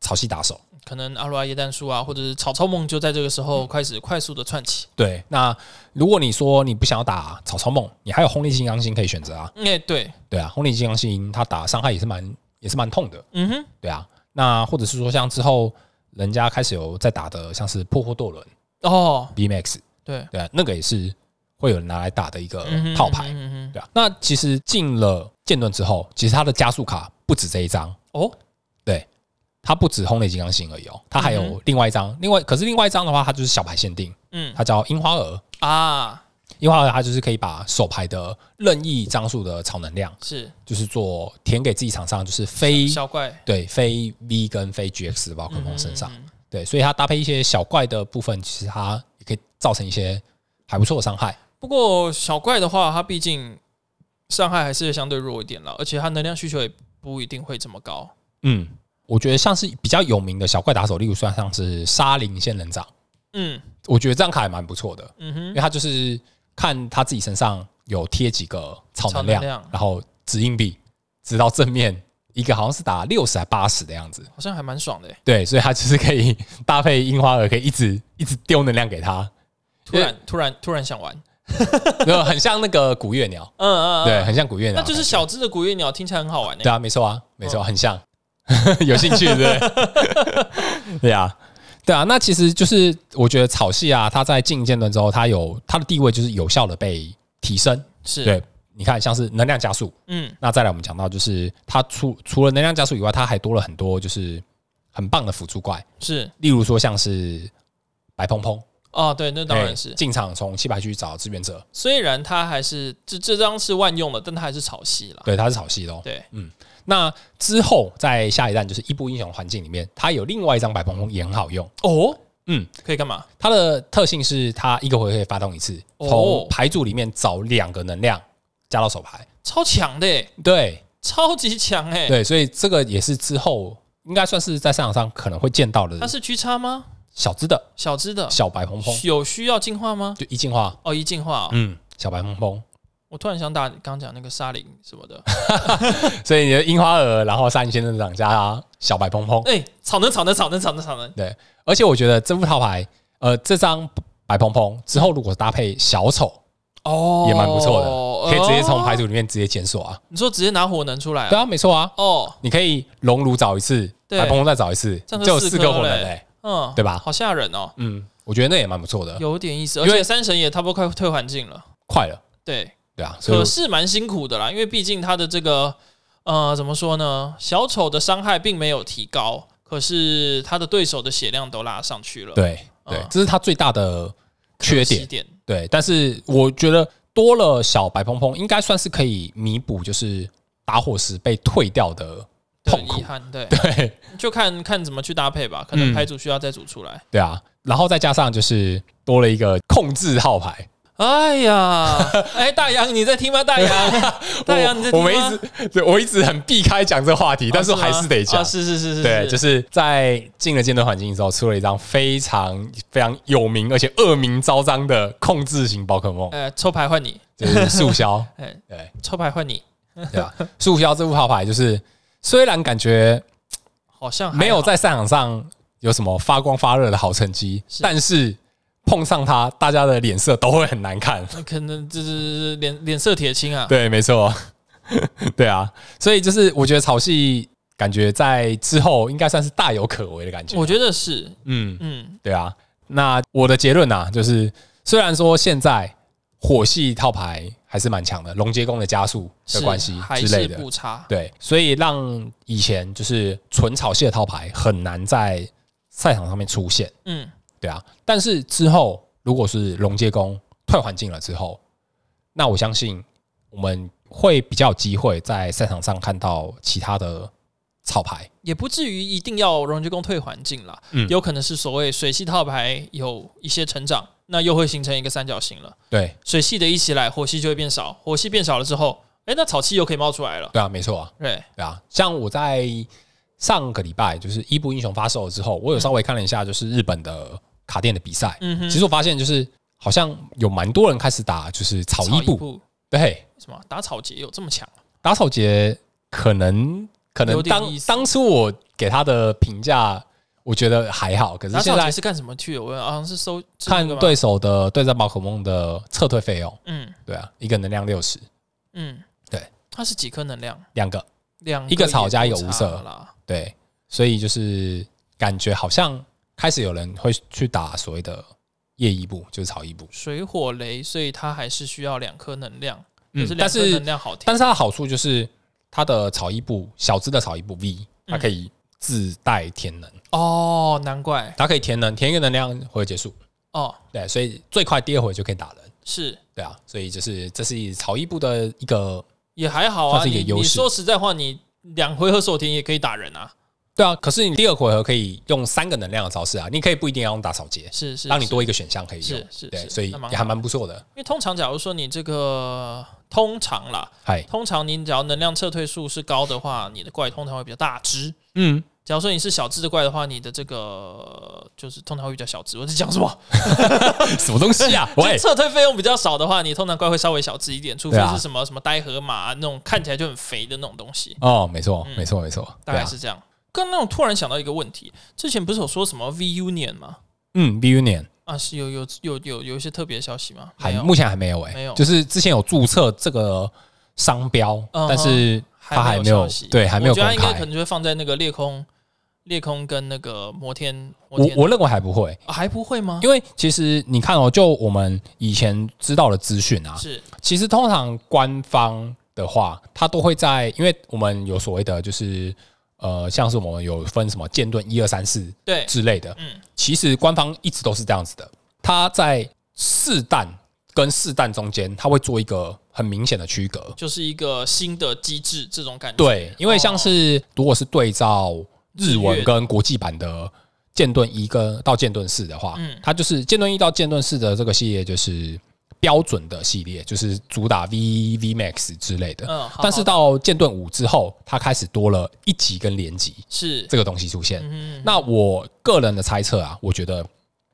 Speaker 1: 草系打手。
Speaker 2: 可能阿鲁阿耶诞树啊，或者是草草梦，就在这个时
Speaker 1: 嗯
Speaker 2: 候开始快速的窜起。
Speaker 1: 对，那如果你说你不想要打草草梦，你还有轰雷金刚星可以选择啊。
Speaker 2: 哎、对，
Speaker 1: 对啊，红领金刚星它打伤害也是蛮也是蛮痛的，
Speaker 2: 嗯哼，
Speaker 1: 对啊。那或者是说像之后人家开始有在打的，像是破获舵轮
Speaker 2: 哦，
Speaker 1: B Max，
Speaker 2: 对，
Speaker 1: 对啊，那个也是会有人拿来打的一个
Speaker 2: 嗯哼
Speaker 1: 套牌，
Speaker 2: 嗯哼嗯
Speaker 1: 对啊。那其实进了剑盾之后，其实它的加速卡不止这一张，
Speaker 2: 哼哦，
Speaker 1: 它不止红雷金刚星而已哦，它还
Speaker 2: 嗯
Speaker 1: 有另外一张，另外可是另外一张的话，它就是小牌限定，
Speaker 2: 嗯
Speaker 1: 它叫樱花蛾。
Speaker 2: 啊，
Speaker 1: 樱花蛾它就是可以把手牌的任意张数的超能量，
Speaker 2: 是
Speaker 1: 就是做填给自己场上就是非
Speaker 2: 小怪
Speaker 1: 对非 V 跟非 GX 的宝可梦身上，
Speaker 2: 嗯哼嗯哼
Speaker 1: 对，所以它搭配一些小怪的部分，其实它也可以造成一些还不错的伤害。
Speaker 2: 不过小怪的话，它毕竟伤害还是相对弱一点了，而且它能量需求也不一定会这么高。
Speaker 1: 嗯，我觉得像是比较有名的小怪打手，例如说像是沙林仙人掌，
Speaker 2: 嗯
Speaker 1: 我觉得这张卡也蛮不错的，
Speaker 2: 嗯
Speaker 1: 因
Speaker 2: 哼，
Speaker 1: 为它就是看他自己身上有贴几个超能量，
Speaker 2: 超能量
Speaker 1: 然后掷硬币直到正面。一个好像是打六十还八十的样子，
Speaker 2: 好像还蛮爽的欸。
Speaker 1: 对，所以它就是可以搭配樱花儿，可以一直一直丢能量给它，
Speaker 2: 突然突然突然想玩，
Speaker 1: 然后很像那个古月鸟，
Speaker 2: 嗯嗯，嗯
Speaker 1: 对，，很像古月鸟的
Speaker 2: 那
Speaker 1: 感觉，
Speaker 2: 就是小嗯只的古月鸟，听起来很好玩欸
Speaker 1: 对
Speaker 2: 呢。
Speaker 1: 啊，没错啊，没错，很像， 有兴趣对不对？ 对啊，对啊。那其实就是我觉得草系啊，它在进阶段之后，它有它的地位就是有效的被提升。
Speaker 2: 是，
Speaker 1: 对，你看像是能量加速，
Speaker 2: 嗯
Speaker 1: 那再来我们讲到就是它除除了能量加速以外，它还多了很多就是很棒的辅助怪，
Speaker 2: 是，
Speaker 1: 例如说像是白蓬蓬，
Speaker 2: 哦对，那当
Speaker 1: 对
Speaker 2: 然是。
Speaker 1: 进场从七百去找志愿者，
Speaker 2: 虽然它还是这这张是万用的，但它还是草系啦。
Speaker 1: 对，它是草系的哦。
Speaker 2: 对，
Speaker 1: 那之后在下一站就是一步英雄的环境里面，它有另外一张白蓬蓬也很好用。
Speaker 2: 哦，
Speaker 1: 嗯，
Speaker 2: 可以干嘛？
Speaker 1: 它的特性是它一个回合可以发动一次，
Speaker 2: 哦
Speaker 1: 从牌组里面找两个能量加到手牌。
Speaker 2: 超强的欸，
Speaker 1: 对
Speaker 2: 超级强哎！
Speaker 1: 对，所以这个也是之后应该算是在市场上可能会见到
Speaker 2: 它
Speaker 1: 的
Speaker 2: 是 G 叉吗？
Speaker 1: 小只的
Speaker 2: 小只的，
Speaker 1: 小白蓬蓬，
Speaker 2: 有需要进化吗？
Speaker 1: 就一进化，
Speaker 2: 哦，一进化哦。
Speaker 1: 嗯，小白蓬蓬。
Speaker 2: 我突然想打刚刚讲那个沙林什么的，
Speaker 1: 所以你的樱花儿，然后三林仙人掌加小白蓬蓬，
Speaker 2: 哎，草能草能草能草能草能，
Speaker 1: 而且我觉得这副套牌，呃，这张白蓬蓬之后如果搭配小丑，
Speaker 2: 哦
Speaker 1: 也蛮不错的
Speaker 2: 哦哦，
Speaker 1: 可以直接从排
Speaker 2: 哦。
Speaker 1: 组里面直接检索啊。
Speaker 2: 你说直接拿火能出来
Speaker 1: 对
Speaker 2: 啊？
Speaker 1: 啊，没错啊，
Speaker 2: 哦，
Speaker 1: 你可以熔炉找一次，
Speaker 2: 对
Speaker 1: 白蓬松再找一次，
Speaker 2: 这样就
Speaker 1: 就有
Speaker 2: 四
Speaker 1: 四
Speaker 2: 颗
Speaker 1: 个火
Speaker 2: 嘞
Speaker 1: 能嘞。
Speaker 2: 嗯，
Speaker 1: 对吧
Speaker 2: 好吓人哦，
Speaker 1: 嗯，我觉得那也蛮不错的，
Speaker 2: 有点意思。而
Speaker 1: 因为
Speaker 2: 且三神也差不多快退环境了，
Speaker 1: 快了，
Speaker 2: 对，
Speaker 1: 对啊，所以
Speaker 2: 可
Speaker 1: 我
Speaker 2: 是蛮辛苦的啦，因为毕竟他的这个呃，怎么说呢，小丑的伤害并没有提高，可是他的对手的血量都拉上去了，，
Speaker 1: 对对
Speaker 2: 嗯，
Speaker 1: 这是它最大的缺点。
Speaker 2: 点
Speaker 1: 对，但是我觉得多了小白蓬蓬，应该算是可以弥补，就是打火石被退掉的
Speaker 2: 的
Speaker 1: 痛苦
Speaker 2: 遗。憾，对，
Speaker 1: 对
Speaker 2: 就看看怎么去搭配吧，可能牌组需要再组出来。
Speaker 1: 对啊，然后再加上就是多了一个控制号牌。
Speaker 2: 哎呀，哎，大洋你在听吗？大洋，大啊洋你
Speaker 1: 我
Speaker 2: 在听
Speaker 1: 我
Speaker 2: 吗？
Speaker 1: 们一直对我一直很避开讲这个话题，
Speaker 2: 哦，
Speaker 1: 但是我还
Speaker 2: 吗
Speaker 1: 是得讲
Speaker 2: 哦。是是是是，
Speaker 1: 对，就是在进了剑盾环境之后，出了一张非常非常有名而且恶名昭彰的控制型宝可梦，
Speaker 2: 呃，抽牌换你，
Speaker 1: 就是速 销。
Speaker 2: 哎，
Speaker 1: 对
Speaker 2: 抽牌换你，
Speaker 1: 对吧？速销这副号牌就是虽然感觉
Speaker 2: 好像还好
Speaker 1: 没有在赛场上有什么发光发热的好成绩，
Speaker 2: 是
Speaker 1: 但是碰上它，大家的脸色都会很难 看。
Speaker 2: 可能就是脸脸色铁青啊。
Speaker 1: 对，没错， 对啊，所以就是我觉得草系感觉在之后应该算是大有可为的感觉。
Speaker 2: 我觉得是，
Speaker 1: 嗯，
Speaker 2: 嗯，
Speaker 1: 对啊。那我的结论啊，就是虽然说现在火系套牌还是蛮强的，龙结弓的加速的
Speaker 2: 是
Speaker 1: 关系
Speaker 2: 还
Speaker 1: 之类
Speaker 2: 是
Speaker 1: 的，
Speaker 2: 不差。
Speaker 1: 对，所以让以前就是纯草系的套牌很难在赛场上面出现，
Speaker 2: 嗯，
Speaker 1: 对啊。但是之后如果是龙界宫退环境了之后，那我相信我们会比较有机会在赛场上看到其他的草牌。
Speaker 2: 也不至于一定要荣爵宫退环境啦，
Speaker 1: 嗯
Speaker 2: 有可能是所谓水系套牌有一些成长，那又会形成一个三角形了。
Speaker 1: 对，
Speaker 2: 水系的一起来，火系就会变少，火系变少了之后，哎，那草系又可以冒出来了。
Speaker 1: 对啊，没错啊，
Speaker 2: 对，
Speaker 1: 对啊。像我在上个礼拜就是伊布英雄发售了之后，我有稍微看了一下就是日本的卡店的比赛，
Speaker 2: 嗯哼，
Speaker 1: 其实我发现就是好像有蛮多人开始打就是草伊布，
Speaker 2: 布
Speaker 1: 对。
Speaker 2: 为什么打草节有这么强？
Speaker 1: 打草节可能可能
Speaker 2: 有点
Speaker 1: 当
Speaker 2: 意思
Speaker 1: 当初我给他的评价，我觉得还好，可是
Speaker 2: 打
Speaker 1: 现
Speaker 2: 草节
Speaker 1: 在
Speaker 2: 是干什么去的？我好像是收是那
Speaker 1: 看
Speaker 2: 个吗
Speaker 1: 对手的对战宝可梦的撤退费用，
Speaker 2: 嗯
Speaker 1: 对啊，一个能量六十，
Speaker 2: 嗯，
Speaker 1: 对，
Speaker 2: 它是几颗能量？
Speaker 1: 两个
Speaker 2: 两
Speaker 1: 一个
Speaker 2: 也
Speaker 1: 草加一个
Speaker 2: 不
Speaker 1: 无
Speaker 2: 差
Speaker 1: 色
Speaker 2: 啦。
Speaker 1: 对，所以就是感觉好像开始有人会去打所谓的夜一步，就是草一步，
Speaker 2: 水火雷，所以它还是需要两颗能量，
Speaker 1: 嗯
Speaker 2: 就是，两
Speaker 1: 但
Speaker 2: 颗能
Speaker 1: 是
Speaker 2: 量好听
Speaker 1: 但。是它的好处就是它的草一步小只的草一步 V，它可
Speaker 2: 嗯
Speaker 1: 以自带填能，
Speaker 2: 哦，难怪
Speaker 1: 它可以填能，填一个能量回合结束，
Speaker 2: 哦，
Speaker 1: 对，所以最快第二回就可以打人。
Speaker 2: 是
Speaker 1: 对啊，所以就是这是草一部的一个
Speaker 2: 也还好啊。
Speaker 1: 算是一个
Speaker 2: 你
Speaker 1: 优势
Speaker 2: 你说实在话，你两回合手停也可以打人啊。
Speaker 1: 对啊。可是你第二回合可以用三个能量的招式啊，你可以不一定要用打扫节，
Speaker 2: 是是，
Speaker 1: 让你
Speaker 2: 是
Speaker 1: 多一个选项可以用
Speaker 2: 是。是
Speaker 1: 对，
Speaker 2: 是
Speaker 1: 所以
Speaker 2: 那蛮
Speaker 1: 也还蛮不错的。
Speaker 2: 因为通常假如说你这个通常啦，
Speaker 1: 嗨，
Speaker 2: 通常你只要能量撤退数是高的话，你的怪通常会比较大只。
Speaker 1: 嗯，
Speaker 2: 假如说你是小只的怪的话，你的这个就是通常会比较小只。我在讲什么？？
Speaker 1: 什么东西啊 喂
Speaker 2: 就，撤退费用比较少的话，你通常怪会稍微小只一点，除非
Speaker 1: 对啊
Speaker 2: 是什么、什么呆河马、啊那种看起来就很肥的那种东西，
Speaker 1: 哦，没错，
Speaker 2: 嗯
Speaker 1: 没错，没错，
Speaker 2: 大
Speaker 1: 对
Speaker 2: 概
Speaker 1: 啊，
Speaker 2: 是这样。刚刚我突然想到一个问题，之前不是有说什么 V Union 吗？
Speaker 1: 嗯，B Union
Speaker 2: 啊，是有有有有有一些特别消息吗？
Speaker 1: 还
Speaker 2: 没有
Speaker 1: 目前还没有
Speaker 2: 没有
Speaker 1: 诶，就是之前有注册这个商标，
Speaker 2: 嗯哼
Speaker 1: 但是它还没
Speaker 2: 有
Speaker 1: 有
Speaker 2: 消息，
Speaker 1: 对，还没有
Speaker 2: 我觉
Speaker 1: 公
Speaker 2: 得它应该可
Speaker 1: 开。
Speaker 2: 能就会放在那个裂空、裂空跟那个摩天摩
Speaker 1: 我
Speaker 2: 天，
Speaker 1: 我认为还不会，
Speaker 2: 啊还不会吗？
Speaker 1: 因为其实你看哦，就我们以前知道的资讯啊，
Speaker 2: 是
Speaker 1: 其实通常官方的话，它都会在，因为我们有所谓的就是呃，像是我们有分什么剑盾一二三四
Speaker 2: 对，
Speaker 1: 之类的，
Speaker 2: 嗯，
Speaker 1: 其实官方一直都是这样子的，它在试弹跟试弹中间，它会做一个很明显的区隔。
Speaker 2: 就是一个新的机制这种感觉。
Speaker 1: 对，因为像是如果是对照日
Speaker 2: 日月
Speaker 1: 文跟国际版的剑盾一跟到剑盾四的话，
Speaker 2: 嗯
Speaker 1: 它就是剑盾一到剑盾四的这个系列就是标准的系列，就是主打 V V Max 之类的。
Speaker 2: 嗯，好
Speaker 1: 但是
Speaker 2: 好
Speaker 1: 到剑盾五之后，它开始多了一级跟连级
Speaker 2: 是
Speaker 1: 这个东西出现。
Speaker 2: 嗯
Speaker 1: 那我个人的猜测啊，我觉得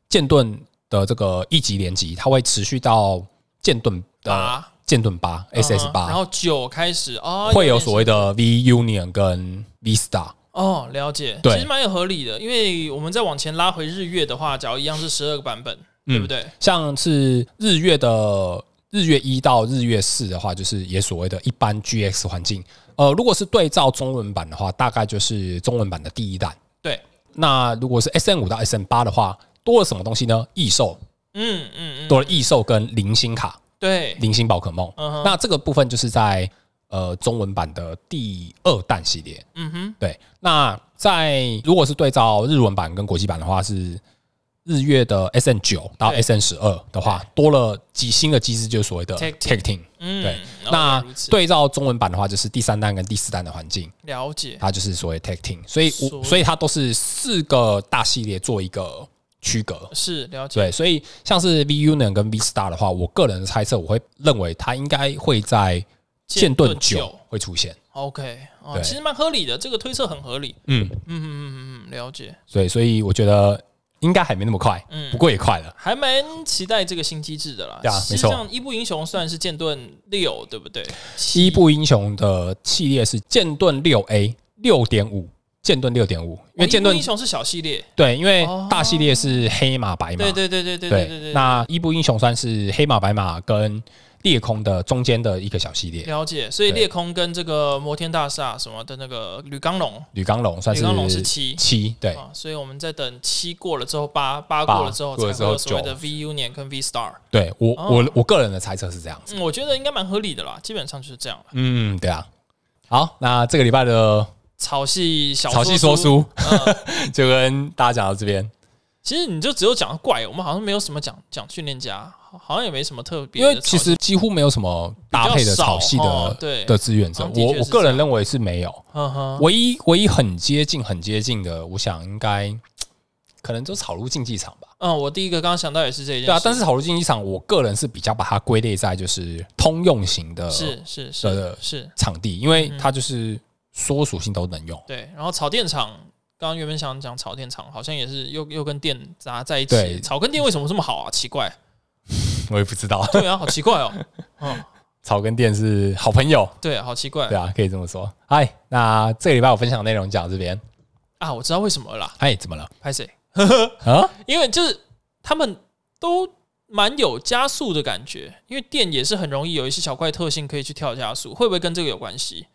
Speaker 1: 剑盾的这个一级连级，它会持续到剑盾的
Speaker 2: 八
Speaker 1: 剑盾八 SS
Speaker 2: 嗯然
Speaker 1: 八，
Speaker 2: 后九开始哦，
Speaker 1: 会有
Speaker 2: 点
Speaker 1: 所谓的 V Union 跟 V Star。
Speaker 2: 哦，了解，
Speaker 1: 对
Speaker 2: 其实蛮有合理的，因为我们再往前拉
Speaker 1: 嗯
Speaker 2: 回日月的话，假如一样是十二个版本，对不对？
Speaker 1: 像是日月的日月一到日月四的话，就是也所谓的一般 GX 环境。呃，如果是对照中文版的话，大概就是中文版的第一代。
Speaker 2: 对，
Speaker 1: 那如果是 S N 五到 S N 八的话，多了什么东西呢？异兽
Speaker 2: 嗯嗯嗯，
Speaker 1: 多了异兽跟零星卡、
Speaker 2: 对，
Speaker 1: 零星宝可梦。
Speaker 2: 嗯哼，
Speaker 1: 那这个部分就是在呃中文版的第二弹系列。
Speaker 2: 嗯哼，
Speaker 1: 对，那在如果是对照日文版跟国际版的话，是日月的 S N 九到
Speaker 2: 对
Speaker 1: S N 十二的话，多了几新的机制，就是所谓的
Speaker 2: Tag
Speaker 1: tag team。
Speaker 2: 嗯，
Speaker 1: 对
Speaker 2: 哦
Speaker 1: 那
Speaker 2: 如此
Speaker 1: 对照中文版的话，就是第三弹跟第四弹的环境，
Speaker 2: 了解，
Speaker 1: 它就是所谓 tag team。所以
Speaker 2: 所
Speaker 1: 我，
Speaker 2: 以
Speaker 1: 所以它都是四个大系列做一个区隔。
Speaker 2: 是了解，
Speaker 1: 对，所以像是 V Union 跟 V Star 的话，我个人的猜测，我会认为它应该会在剑盾九会出现。
Speaker 2: ，OK，哦，
Speaker 1: 对
Speaker 2: 其实蛮合理的，这个推测很合理，
Speaker 1: 嗯，
Speaker 2: 嗯嗯嗯嗯嗯，了解，
Speaker 1: 对，所以我觉得应该还没那么快，
Speaker 2: 嗯
Speaker 1: 不，过也快了。
Speaker 2: 还蛮期待这个新机制的啦。
Speaker 1: 对啊
Speaker 2: 实
Speaker 1: 没
Speaker 2: 际
Speaker 1: 错
Speaker 2: 上，伊布英雄算是剑盾六，对不对？
Speaker 1: 西部英雄的系列是剑盾六 A 六点五，剑盾六点五，因为
Speaker 2: 哦
Speaker 1: 剑
Speaker 2: 伊布
Speaker 1: 盾
Speaker 2: 英雄是小系列，
Speaker 1: 对，因为
Speaker 2: 哦
Speaker 1: 大系列是黑马白马，
Speaker 2: 对对对对对对对。
Speaker 1: 那伊布英雄算是黑马白马跟裂空的中间的一个小系列，
Speaker 2: 了解，所以
Speaker 1: 对
Speaker 2: 裂空跟这个摩天大厦什么的那个吕刚龙，
Speaker 1: 吕刚龙算
Speaker 2: 吕
Speaker 1: 是
Speaker 2: 刚龙是七
Speaker 1: 七，对
Speaker 2: 啊，所以我们在等七过了之后，八八
Speaker 1: 八
Speaker 2: 过了之后
Speaker 1: 过
Speaker 2: 才
Speaker 1: 了之
Speaker 2: 会
Speaker 1: 后
Speaker 2: 有所谓
Speaker 1: 九
Speaker 2: 的 V Union 跟 V Star。
Speaker 1: 对，我
Speaker 2: 哦
Speaker 1: 我我个人的猜测是这样子，
Speaker 2: 嗯，我觉得应该蛮合理的啦，基本上就是这样了。
Speaker 1: 嗯，对啊。好，那这个礼拜的
Speaker 2: 草系小
Speaker 1: 潮汐说
Speaker 2: 书，
Speaker 1: 书
Speaker 2: 嗯
Speaker 1: 就跟大家讲到这边，
Speaker 2: 其实你就只有讲怪，我们好像没有什么讲讲训练家，好好像也没什么特别
Speaker 1: 因
Speaker 2: 的草系。
Speaker 1: 为其实几乎没有什么搭配的草系
Speaker 2: 比较少哦
Speaker 1: 的
Speaker 2: 对
Speaker 1: 的志愿者，
Speaker 2: 嗯的确
Speaker 1: 我
Speaker 2: 是
Speaker 1: 我个人认为是没有，
Speaker 2: 嗯哼，
Speaker 1: 唯一唯一很接近很接近的，我想应该可能就草鹿竞技场吧。
Speaker 2: 嗯，我第一个刚刚想到也是这一件事，
Speaker 1: 对啊，但是草鹿竞技场，我个人是比较把它归类在就是通用型的
Speaker 2: 是嗯是
Speaker 1: 对
Speaker 2: 是
Speaker 1: 对
Speaker 2: 是，
Speaker 1: 场地，因为它就是所有属性都能用。
Speaker 2: 对。然后草电厂，刚刚原本想讲草电厂，好像也是又又跟电砸在一起。
Speaker 1: 对
Speaker 2: 草跟电为什么这么好啊？奇怪，
Speaker 1: 我也不知道，
Speaker 2: 对啊，好奇怪 哦。嗯，
Speaker 1: 草跟电是好朋友，
Speaker 2: 对，好奇 怪
Speaker 1: 对啊，可以这么说。嗨，那这个礼拜我分享的内容讲到这边。
Speaker 2: 啊！我知道为什么了啦，
Speaker 1: 嗨，怎么了
Speaker 2: 拍谁？
Speaker 1: 啊？
Speaker 2: 因为就是他们都蛮有加速的感觉，因为电也是很容易有一些小怪特性可以去跳加速，会不会跟这个有关系？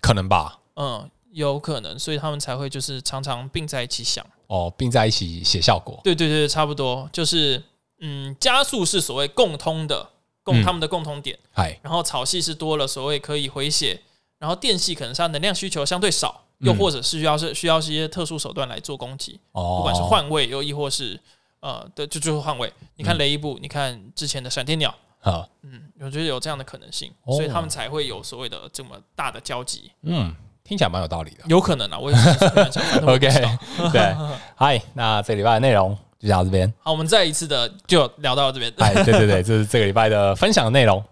Speaker 1: 可能吧。
Speaker 2: 嗯，有可能，所以他们才会就是常常并在一起想。
Speaker 1: 哦，并在一起写效果。
Speaker 2: 对对对，差不多，就是嗯，加速是所谓共通的共
Speaker 1: 嗯
Speaker 2: 他们的共通点，
Speaker 1: 嗨，
Speaker 2: 然后草系是多了所谓可以回血，然后电系可能是它能量需求相对少，又
Speaker 1: 嗯
Speaker 2: 或者是需要是需要一些特殊手段来做攻击，
Speaker 1: 哦，
Speaker 2: 不管是换位，又亦或是呃对，就就是换位。
Speaker 1: 嗯
Speaker 2: 你看雷伊布，你看之前的闪电鸟，
Speaker 1: 啊，
Speaker 2: 嗯，我觉得有这样的可能性，
Speaker 1: 哦
Speaker 2: 所以他们才会有所谓的这么大的交集，
Speaker 1: 嗯，听起来蛮有道理的。
Speaker 2: 有可能啊，我也 是随便想反正我不
Speaker 1: OK，
Speaker 2: 知道
Speaker 1: 对，嗨，那这礼拜的内容就讲到这边。
Speaker 2: 好，我们再一次的就聊到这边，
Speaker 1: 嗨，对对对，这是这个礼拜的分享的内容。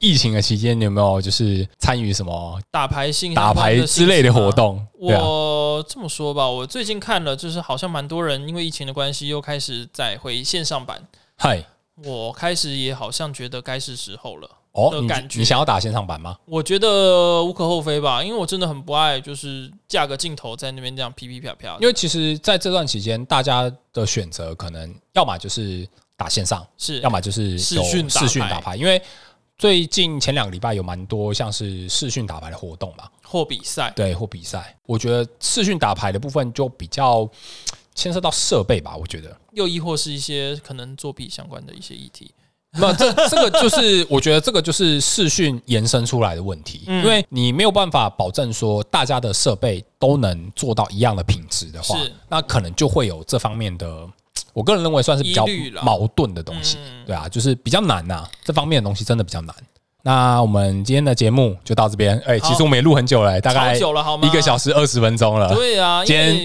Speaker 1: 疫情的期间，你有没有就是参与什么
Speaker 2: 打牌性
Speaker 1: 打牌之类的活。动？对啊，
Speaker 2: 我这么说吧，我最近看了，就是好像蛮多人因为疫情的关系，又开始在回线上版。
Speaker 1: 嗨，
Speaker 2: 我开始也好像觉得该是时候了。
Speaker 1: 哦，
Speaker 2: 的
Speaker 1: 你
Speaker 2: 感觉
Speaker 1: 你想要打线上版吗？
Speaker 2: 我觉得无可厚非吧，因为我真的很不爱，就是架个镜头在那边这样噼噼啪啪。
Speaker 1: 因为其实在这段期间，大家的选择可能要么就是打线上，
Speaker 2: 是
Speaker 1: 要么就是
Speaker 2: 视
Speaker 1: 有
Speaker 2: 讯打
Speaker 1: 视讯
Speaker 2: 牌
Speaker 1: 打牌，因为最近前两个礼拜有蛮多像是视讯打牌的活动嘛，
Speaker 2: 或比赛，
Speaker 1: 对，或比赛。我觉得视讯打牌的部分就比较牵涉到设备吧，我觉得。
Speaker 2: 又亦或是一些可能作弊相关的一些议题。
Speaker 1: 那这这个就是，我觉得这个就是视讯延伸出来的问题，
Speaker 2: 嗯
Speaker 1: 因为你没有办法保证说大家的设备都能做到一样的品质的话
Speaker 2: 是，
Speaker 1: 那可能就会有这方面的，我个人认为算是比较
Speaker 2: 疑虑啦
Speaker 1: 矛盾的东西，
Speaker 2: 嗯
Speaker 1: 对啊，就是比较难呐、这方面的东西真的比较难。那我们今天的节目就到这边，哎、
Speaker 2: 好
Speaker 1: 其实我们也录很久了、大概
Speaker 2: 好久了好吗？
Speaker 1: 一个小时二十分钟了，
Speaker 2: 对啊，因
Speaker 1: 今天
Speaker 2: 为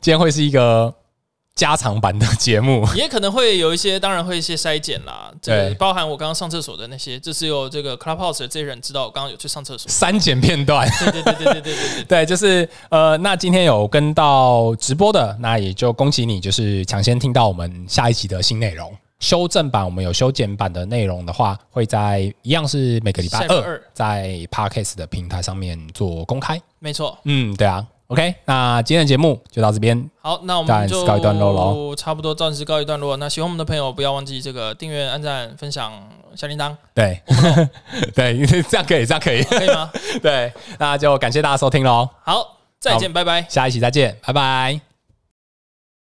Speaker 1: 今天会是一个加长版的节目，
Speaker 2: 也可能会有一些，当然会一些筛检啦，这个
Speaker 1: 对
Speaker 2: 包含我刚刚上厕所的那些，就只有这个 Clubhouse 的这些人知道我刚刚有去上厕所。
Speaker 1: 删减片段。
Speaker 2: 对对对对对对对对，
Speaker 1: 对，就是呃，那今天有跟到直播的，那也就恭喜你，就是抢先听到我们下一集的新内容。修正版我们有修剪版的内容的话，会在一样是每个礼拜
Speaker 2: 下礼拜二
Speaker 1: 二在 Podcast 的平台上面做公开。
Speaker 2: 没错。
Speaker 1: 嗯，对啊， OK，那今天的节目就到这边，
Speaker 2: 好，那我们
Speaker 1: 暂时
Speaker 2: 就
Speaker 1: 告一段落咯
Speaker 2: 差不多暂时告一段落。那喜欢我们的朋友，不要忘记这个订阅、按赞、分享、小铃铛，
Speaker 1: 对，对， 这样可以，这样可以，
Speaker 2: 可以吗？
Speaker 1: 对，那就感谢大家收听喽，
Speaker 2: 好，再见，拜拜。
Speaker 1: 下一期再见，拜拜。